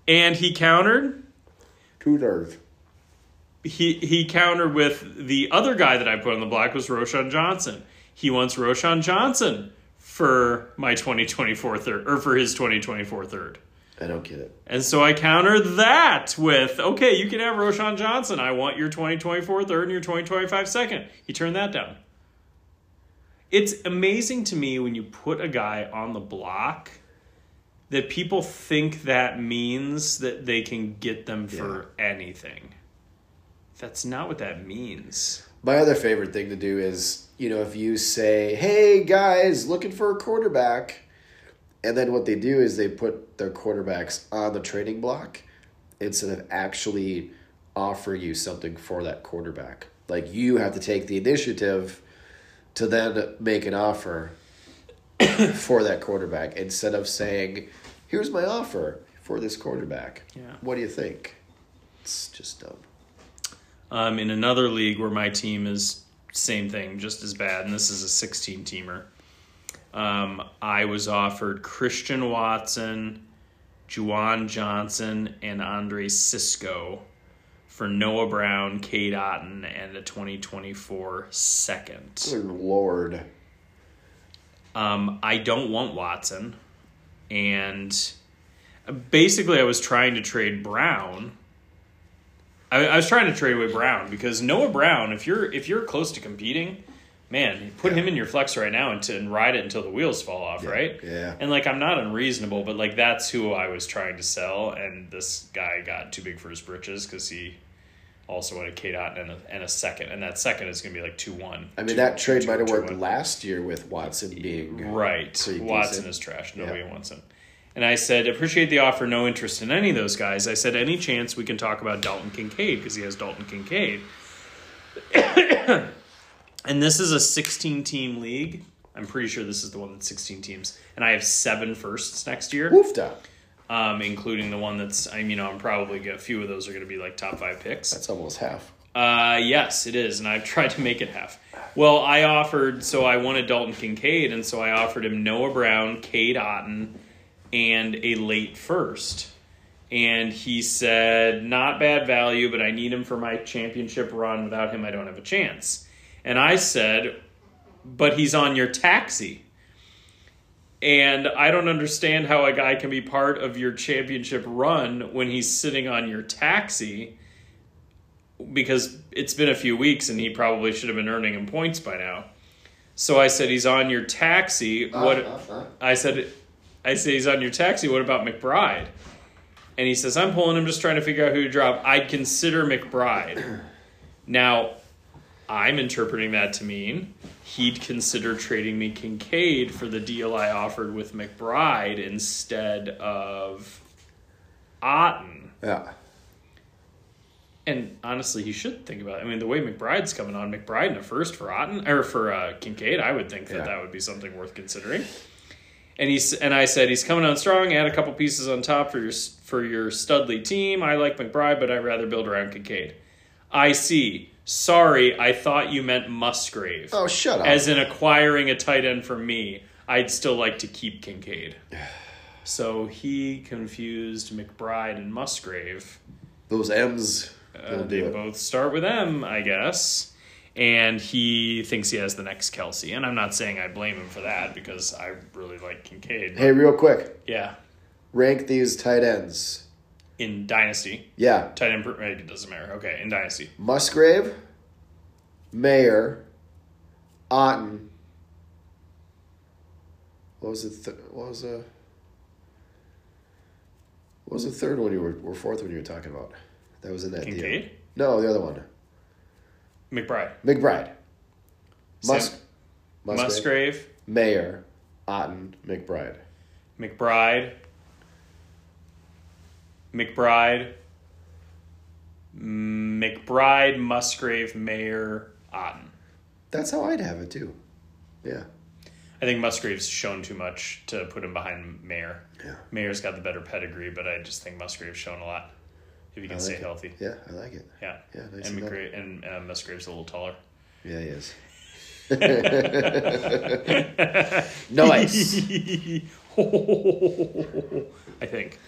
S2: And he countered.
S3: Two nerve.
S2: He he countered with the other guy that I put on the block was Roshan Johnson. He wants Roshan Johnson for my 2024 third or for his 2024 third.
S3: I don't get it.
S2: And so I countered that with, okay, you can have Roshan Johnson. I want your 2024 third and your 2025 second. He turned that down. It's amazing to me when you put a guy on the block that people think that means that they can get them for anything. That's not what that means.
S3: My other favorite thing to do is, you know, if you say, hey guys, looking for a quarterback, and then what they do is they put their quarterbacks on the trading block instead of actually offer you something for that quarterback. Like you have to take the initiative to then make an offer [coughs] for that quarterback instead of saying, here's my offer for this quarterback.
S2: Yeah.
S3: What do you think? It's just dumb.
S2: Um, in another league where my team is same thing, just as bad, and this is a 16 teamer. Um, I was offered Christian Watson, Juwan Johnson, and Andre Sisco for Noah Brown, Kate Otten, and a 2024 second.
S3: Good lord.
S2: Um, I don't want Watson, and basically, I was trying to trade Brown. I, I was trying to trade away Brown because Noah Brown, if you're if you're close to competing, man, put him in your flex right now and, to, and ride it until the wheels fall off, right?
S3: yeah.
S2: And like I'm not unreasonable, but like that's who I was trying to sell, and this guy got too big for his britches because he also wanted K dot and a, and a second, and that second is going to be like two one.
S3: I mean, that trade might have worked
S2: two-
S3: last year with Watson being
S2: Right.
S3: pretty
S2: Watson
S3: decent.
S2: is trash.
S3: Yeah.
S2: Nobody wants him. And I said, appreciate the offer, no interest in any of those guys. I said, any chance we can talk about Dalton Kincaid because he has Dalton Kincaid. [coughs] and this is a 16 team league. I'm pretty sure this is the one that's 16 teams. And I have seven firsts next year
S3: Woofed up.
S2: um, including the one that's I'm you know I'm probably get a few of those are going to be like top five picks.
S3: That's almost half.
S2: Uh, yes, it is, and I've [laughs] tried to make it half. Well, I offered so I wanted Dalton Kincaid, and so I offered him Noah Brown, Cade Otten, and a late first. And he said, "Not bad value, but I need him for my championship run. Without him, I don't have a chance." And I said, "But he's on your taxi." And I don't understand how a guy can be part of your championship run when he's sitting on your taxi because it's been a few weeks and he probably should have been earning him points by now. So I said he's on your taxi. what I said I said he's on your taxi. What about McBride? And he says I'm pulling him just trying to figure out who to drop. I'd consider McBride. [clears throat] now I'm interpreting that to mean he'd consider trading me Kincaid for the deal I offered with McBride instead of Otten.
S3: Yeah.
S2: And honestly, he should think about it. I mean, the way McBride's coming on, McBride in a first for Otten or for uh, Kincaid, I would think that
S3: Yeah.
S2: that would be something worth considering. And he's and I said he's coming on strong. Add a couple pieces on top for your s- for your Studley team. I like McBride, but I'd rather build around Kincaid. I see. Sorry, I thought you meant Musgrave.
S3: Oh, shut up.
S2: As in acquiring a tight end for me, I'd still like to keep
S3: [sighs]
S2: Kincaid. so he confused McBride and Musgrave.
S3: Those M's.
S2: Uh,
S3: will
S2: they
S3: do it.
S2: both start with M, I guess. And he thinks he has the next Kelsey. And I'm not saying I blame him for that because I really like Kincaid.
S3: Hey, real quick,
S2: Yeah.
S3: rank these tight ends.
S2: In Dynasty.
S3: Yeah.
S2: Tight end, per- it doesn't matter. Okay, in Dynasty.
S3: Musgrave, Mayer, Otten. What was the th- what was the what was the third one you were or fourth one you were talking about? That was in that deal.
S2: Kincaid?
S3: No, the other one.
S2: McBride.
S3: McBride.
S2: Sam-
S3: Musk. Musgrave.
S2: Musgrave.
S3: Mayer, Otten, McBride.
S2: McBride. McBride. McBride, Musgrave, Mayer, Otten.
S3: That's how I'd have it too. Yeah.
S2: I think Musgrave's shown too much to put him behind Mayer.
S3: Yeah.
S2: Mayer's got the better pedigree, but I just think Musgrave's shown a lot. If you can
S3: I
S2: stay
S3: like it.
S2: healthy,
S3: Yeah, I like it.
S2: yeah,
S3: Yeah, nice
S2: and
S3: enough.
S2: McGra- and uh, Musgrave's a little taller.
S3: Yeah, he is. [laughs]
S2: [laughs]
S3: [laughs] Nice.
S2: I think.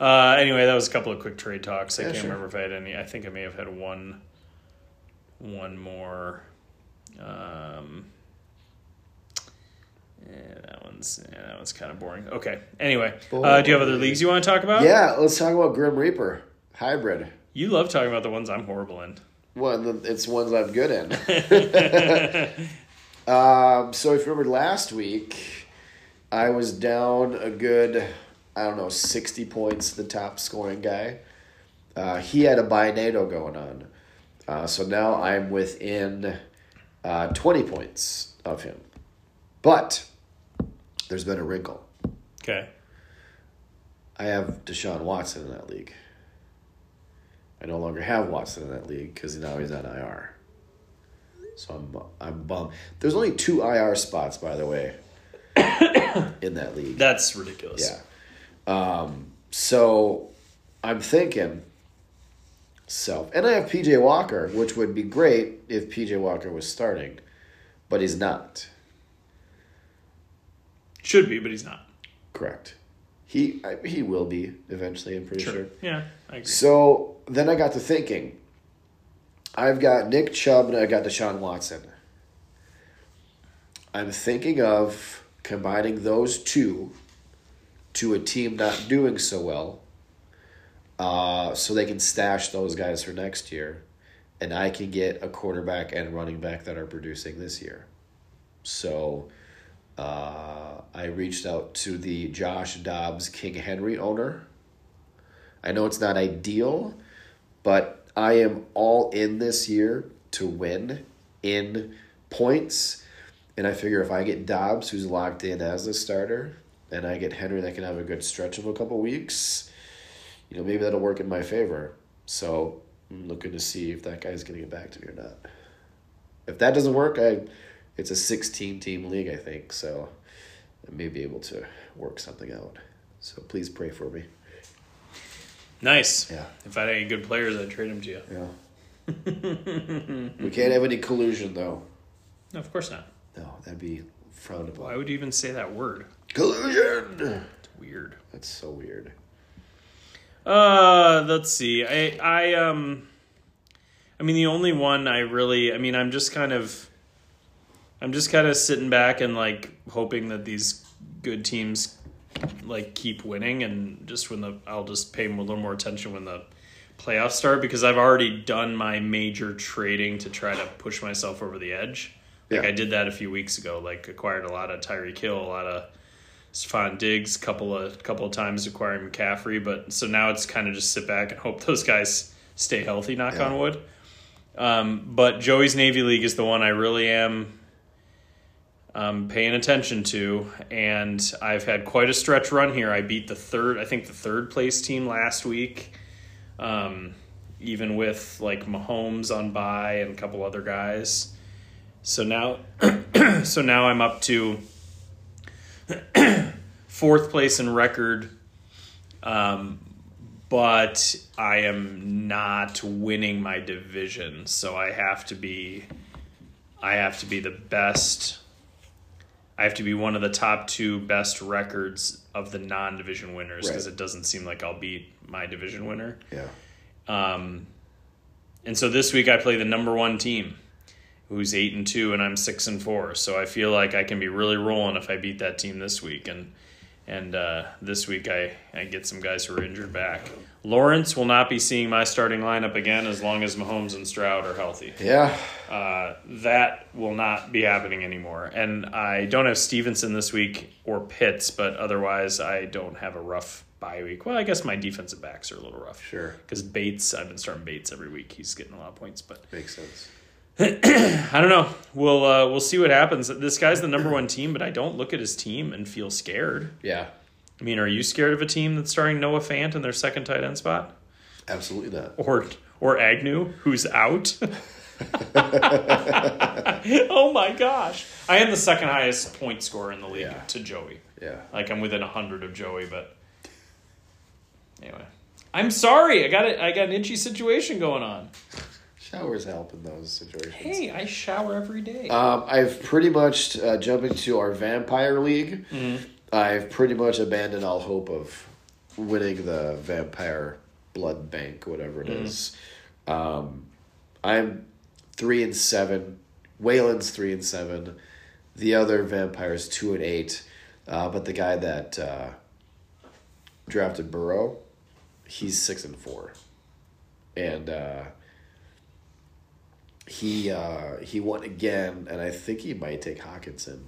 S2: Uh, anyway, that was a couple of quick trade talks. I
S3: Yeah,
S2: can't
S3: sure.
S2: remember if I had any. I think I may have had one, one more. Um, yeah, that one's yeah, that one's kind of boring. Okay. Anyway, uh, do you have other leagues you want to talk about?
S3: yeah, let's talk about Grim Reaper hybrid.
S2: You love talking about the ones I'm horrible in.
S3: Well, the- it's ones I'm good in. um, so if you remember last week, I was down a good, I don't know, sixty points. The top scoring guy, uh, he had a buy NATO going on, uh, so now I'm within uh, twenty points of him. But there's been a wrinkle.
S2: Okay.
S3: I have Deshaun Watson in that league. I no longer have Watson in that league because now he's on IR. So I'm bu- I'm bummed. There's only two IR spots, by the way, [coughs] in that league.
S2: That's ridiculous.
S3: Yeah. Um, so I'm thinking self. And I have PJ Walker, which would be great if PJ Walker was starting, but he's not.
S2: Should be, but he's not.
S3: Correct. He I, he will be eventually, I'm pretty sure.
S2: Yeah, I agree.
S3: So then I got to thinking. I've got Nick Chubb and I got Deshaun Watson. I'm thinking of combining those two to a team not doing so well, uh, so they can stash those guys for next year, and I can get a quarterback and running back that are producing this year. So. Uh, I reached out to the Josh Dobbs King Henry owner I know it's not ideal, but I am all in this year to win in points. And I figure if I get Dobbs, who's locked in as the starter, and I get Henry that can have a good stretch of a couple weeks, you know, maybe that'll work in my favor. So I'm looking to see if that guy's going to get back to me or not. If that doesn't work, I it's a 16 team league, I think. So I may be able to work something out. So please pray for me.
S2: Nice.
S3: Yeah.
S2: If I had any good players, I'd trade them to you.
S3: Yeah. we can't have any collusion, though.
S2: No, of course not.
S3: No, that'd be frowned
S2: Why
S3: upon.
S2: would you even say that word?
S3: Collusion!
S2: It's weird.
S3: That's so weird.
S2: Uh, let's see. I I um I mean the only one I really I mean I'm just kind of I'm just kind of sitting back and like hoping that these good teams like keep winning and just when the I'll just pay a little more attention when the playoffs start because I've already done my major trading to try to push myself over the edge. Like
S3: Yeah.
S2: I did that a few weeks ago. Like acquired a lot of Tyree Kill, a lot of Stephon Diggs, couple of couple of times acquiring McCaffrey, but so now it's kind of just sit back and hope those guys stay healthy. Knock
S3: Yeah.
S2: on wood. Um, but Joey's Navy League is the one I really am um, paying attention to, and I've had quite a stretch run here. I beat the third, I think the third place team last week, um, even with like Mahomes on bye and a couple other guys. So now, [clears throat] so now I'm up to [clears throat] fourth place in record. Um, but I am not winning my division, so I have to be I have to be the best I have to be one of the top two best records of the non-division winners because
S3: Right.
S2: it doesn't seem like I'll beat my division winner.
S3: Yeah.
S2: Um, and so this week I play the number one team, who's eight and two, and I'm six and four. So I feel like I can be really rolling if I beat that team this week. And and uh, this week I I get some guys who are injured back. Lawrence will not be seeing my starting lineup again as long as Mahomes and Stroud are healthy.
S3: Yeah.
S2: Uh, that will not be happening anymore. And I don't have Stevenson this week or Pitts, but otherwise I don't have a rough bye week. Well, I guess my defensive backs are a little rough
S3: Sure.
S2: because Bates, I've been starting Bates every week. He's getting a lot of points, but
S3: Makes sense.
S2: I don't know. We'll uh, we'll see what happens. This guy's the number one team, but I don't look at his team and feel scared.
S3: Yeah.
S2: I mean, are you scared of a team that's starting Noah Fant in their second tight end spot,
S3: Absolutely not.
S2: or or Agnew, who's out? [laughs] oh my gosh! I am the second highest point scorer in the league
S3: Yeah.
S2: to Joey.
S3: Yeah.
S2: Like I'm within hundred of Joey, but anyway, I'm sorry. I got it. I got an itchy situation going on.
S3: Showers help in those situations.
S2: Hey, I shower every day.
S3: Um, I've pretty much uh, jumping to our vampire league. I've pretty much abandoned all hope of winning the vampire blood bank, whatever it is. Um, I'm three and seven. Waylon's three and seven. The other vampire's two and eight. Uh, but the guy that uh, drafted Burrow, he's six and four, and. Uh, he uh he won again and i think he might take hawkinson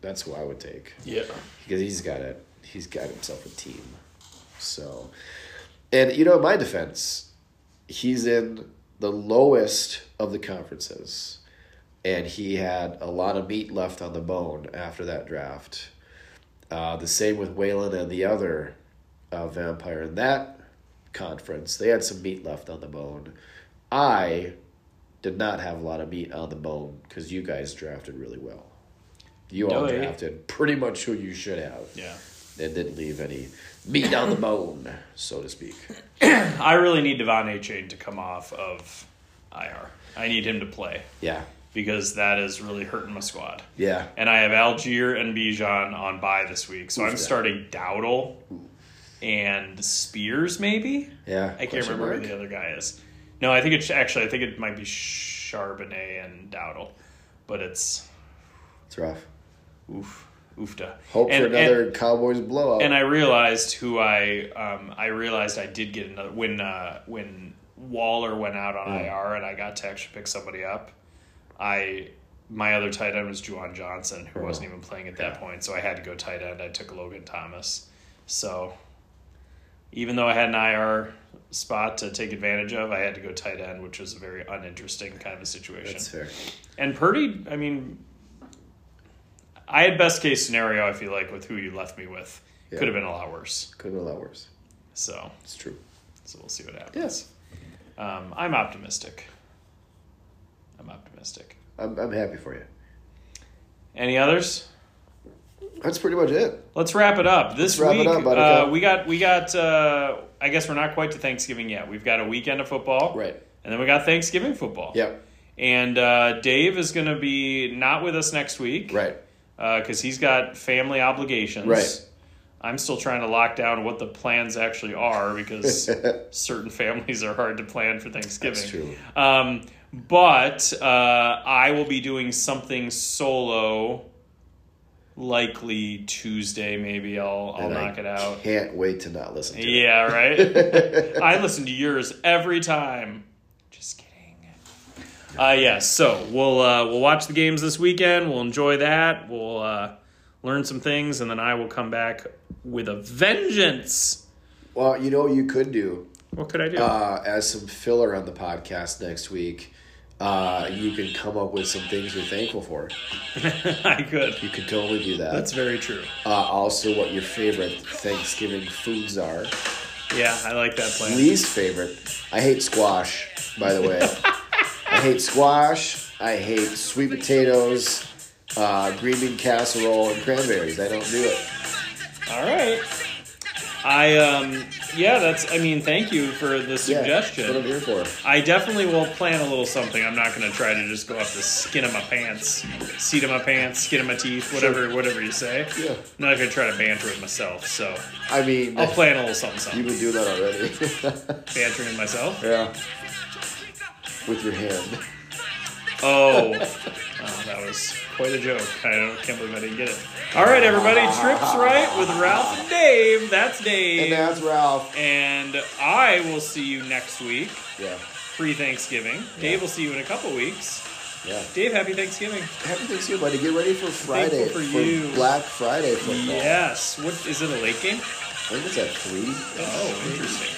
S3: that's who i would take
S2: yeah.
S3: because he's got it he's got himself a team so and you know in my defense he's in the lowest of the conferences and he had a lot of meat left on the bone after that draft uh, the same with Whalen and the other uh, vampire in that conference. They had some meat left on the bone. I did not have a lot of meat on the bone because you guys drafted really well. You all
S2: No, eh?
S3: drafted pretty much who you should have.
S2: Yeah.
S3: And didn't leave any meat on the bone, so to speak.
S2: I really need Devon A. Chain to come off of IR. I need him to play
S3: Yeah.
S2: because that is really hurting my squad.
S3: Yeah.
S2: And I have Algier and Bijan on bye this week. So I'm
S3: that.
S2: starting Dowdle and Spears, maybe?
S3: Yeah.
S2: I can't
S3: Question
S2: remember
S3: mark?
S2: who the other guy is. No, I think it's actually, I think it might be Charbonnet and Dowdle. But it's
S3: It's rough.
S2: oof, oofta.
S3: Hope
S2: And-
S3: for
S2: and-
S3: another Cowboys blowout.
S2: and I realized who I um, I realized I did get another when uh, when Waller went out on IR and I got to actually pick somebody up. I my other tight end was Juwan Johnson who wasn't even playing at that point, so I had to go tight end. I took Logan Thomas. So even though I had an IR spot to take advantage of, I had to go tight end, which was a very uninteresting kind of a situation.
S3: That's fair.
S2: And Purdy, I mean, I had best case scenario. I feel like with who you left me with,
S3: Yeah.
S2: could have been a lot worse.
S3: Could have been a lot worse.
S2: So,
S3: It's true.
S2: so we'll see what happens.
S3: Yes.
S2: Um, I'm optimistic. I'm optimistic.
S3: I'm, I'm happy for you.
S2: Any others?
S3: That's pretty much it.
S2: Let's wrap it up. This
S3: Wrap it
S2: week,
S3: up, Buttercup.
S2: uh, we got we got. Uh, I guess we're not quite to Thanksgiving yet. We've got a weekend of football,
S3: Right.
S2: And then we got Thanksgiving football.
S3: Yep.
S2: And uh, Dave is going to be not with us next week,
S3: Right.
S2: because Uh, he's got family obligations.
S3: Right.
S2: I'm still trying to lock down what the plans actually are
S3: [laughs]
S2: because certain families are hard to plan for Thanksgiving.
S3: That's true.
S2: Um, but uh, I will be doing something solo, likely Tuesday. Maybe I'll I'll
S3: And I
S2: knock it out.
S3: Can't wait to not listen to it.
S2: Yeah, right. [laughs] I listen to yours every time. Just kidding. Uh, yeah, so we'll uh, we'll watch the games this weekend. We'll enjoy that. We'll uh, learn some things, and then I will come back with a vengeance.
S3: Well, you know what you could do
S2: What could I do?
S3: uh, as some filler on the podcast next week. Uh, you can come up with some things you're thankful for.
S2: [laughs] I could.
S3: You could totally do that.
S2: That's very true.
S3: uh, also what your favorite Thanksgiving foods are.
S2: Yeah, I like that plan.
S3: Least favorite. I hate squash. By the way, I hate squash. I hate sweet potatoes, uh, green bean casserole, and cranberries. I don't do it.
S2: All right. I um yeah, that's. I mean, thank you for the
S3: Yeah, that's
S2: suggestion.
S3: what I'm here for.
S2: I definitely will plan a little something. I'm not going to try to just go off the skin of my pants, seat of my pants, skin of my teeth, whatever, whatever you say.
S3: Yeah.
S2: I'm not going to try to banter with myself. So
S3: I mean,
S2: I'll plan a little something,
S3: you
S2: something.
S3: would do that
S2: [laughs]
S3: already.
S2: Bantering with myself.
S3: [laughs] yeah, with your hand.
S2: Oh. Oh, that was quite a joke. I don't, can't believe I didn't get it. All right, everybody, trips right with Ralph and Dave. That's
S3: And uh,
S2: Dave,
S3: that's Ralph.
S2: and I will see you next week,
S3: Yeah,
S2: pre Thanksgiving. Dave will see you in a couple weeks.
S3: yeah.
S2: Dave, happy Thanksgiving.
S3: Happy Thanksgiving, buddy. Get ready for Friday.
S2: for you.
S3: Black Friday football.
S2: Yes. What is it? A late game?
S3: I think it's at three.
S2: Oh, interesting.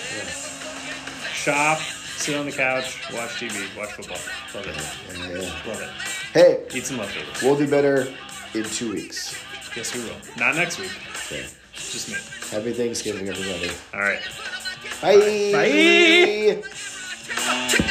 S2: Shop, sit on the couch, watch TV, watch football. Love it.
S3: Yeah.
S2: Love it.
S3: Hey,
S2: Eat some leftovers.
S3: we'll do better in two weeks.
S2: Yes, we will. Not next week.
S3: Okay.
S2: Just me.
S3: Happy Thanksgiving, everybody.
S2: All right.
S3: Bye.
S2: Bye.
S1: Bye.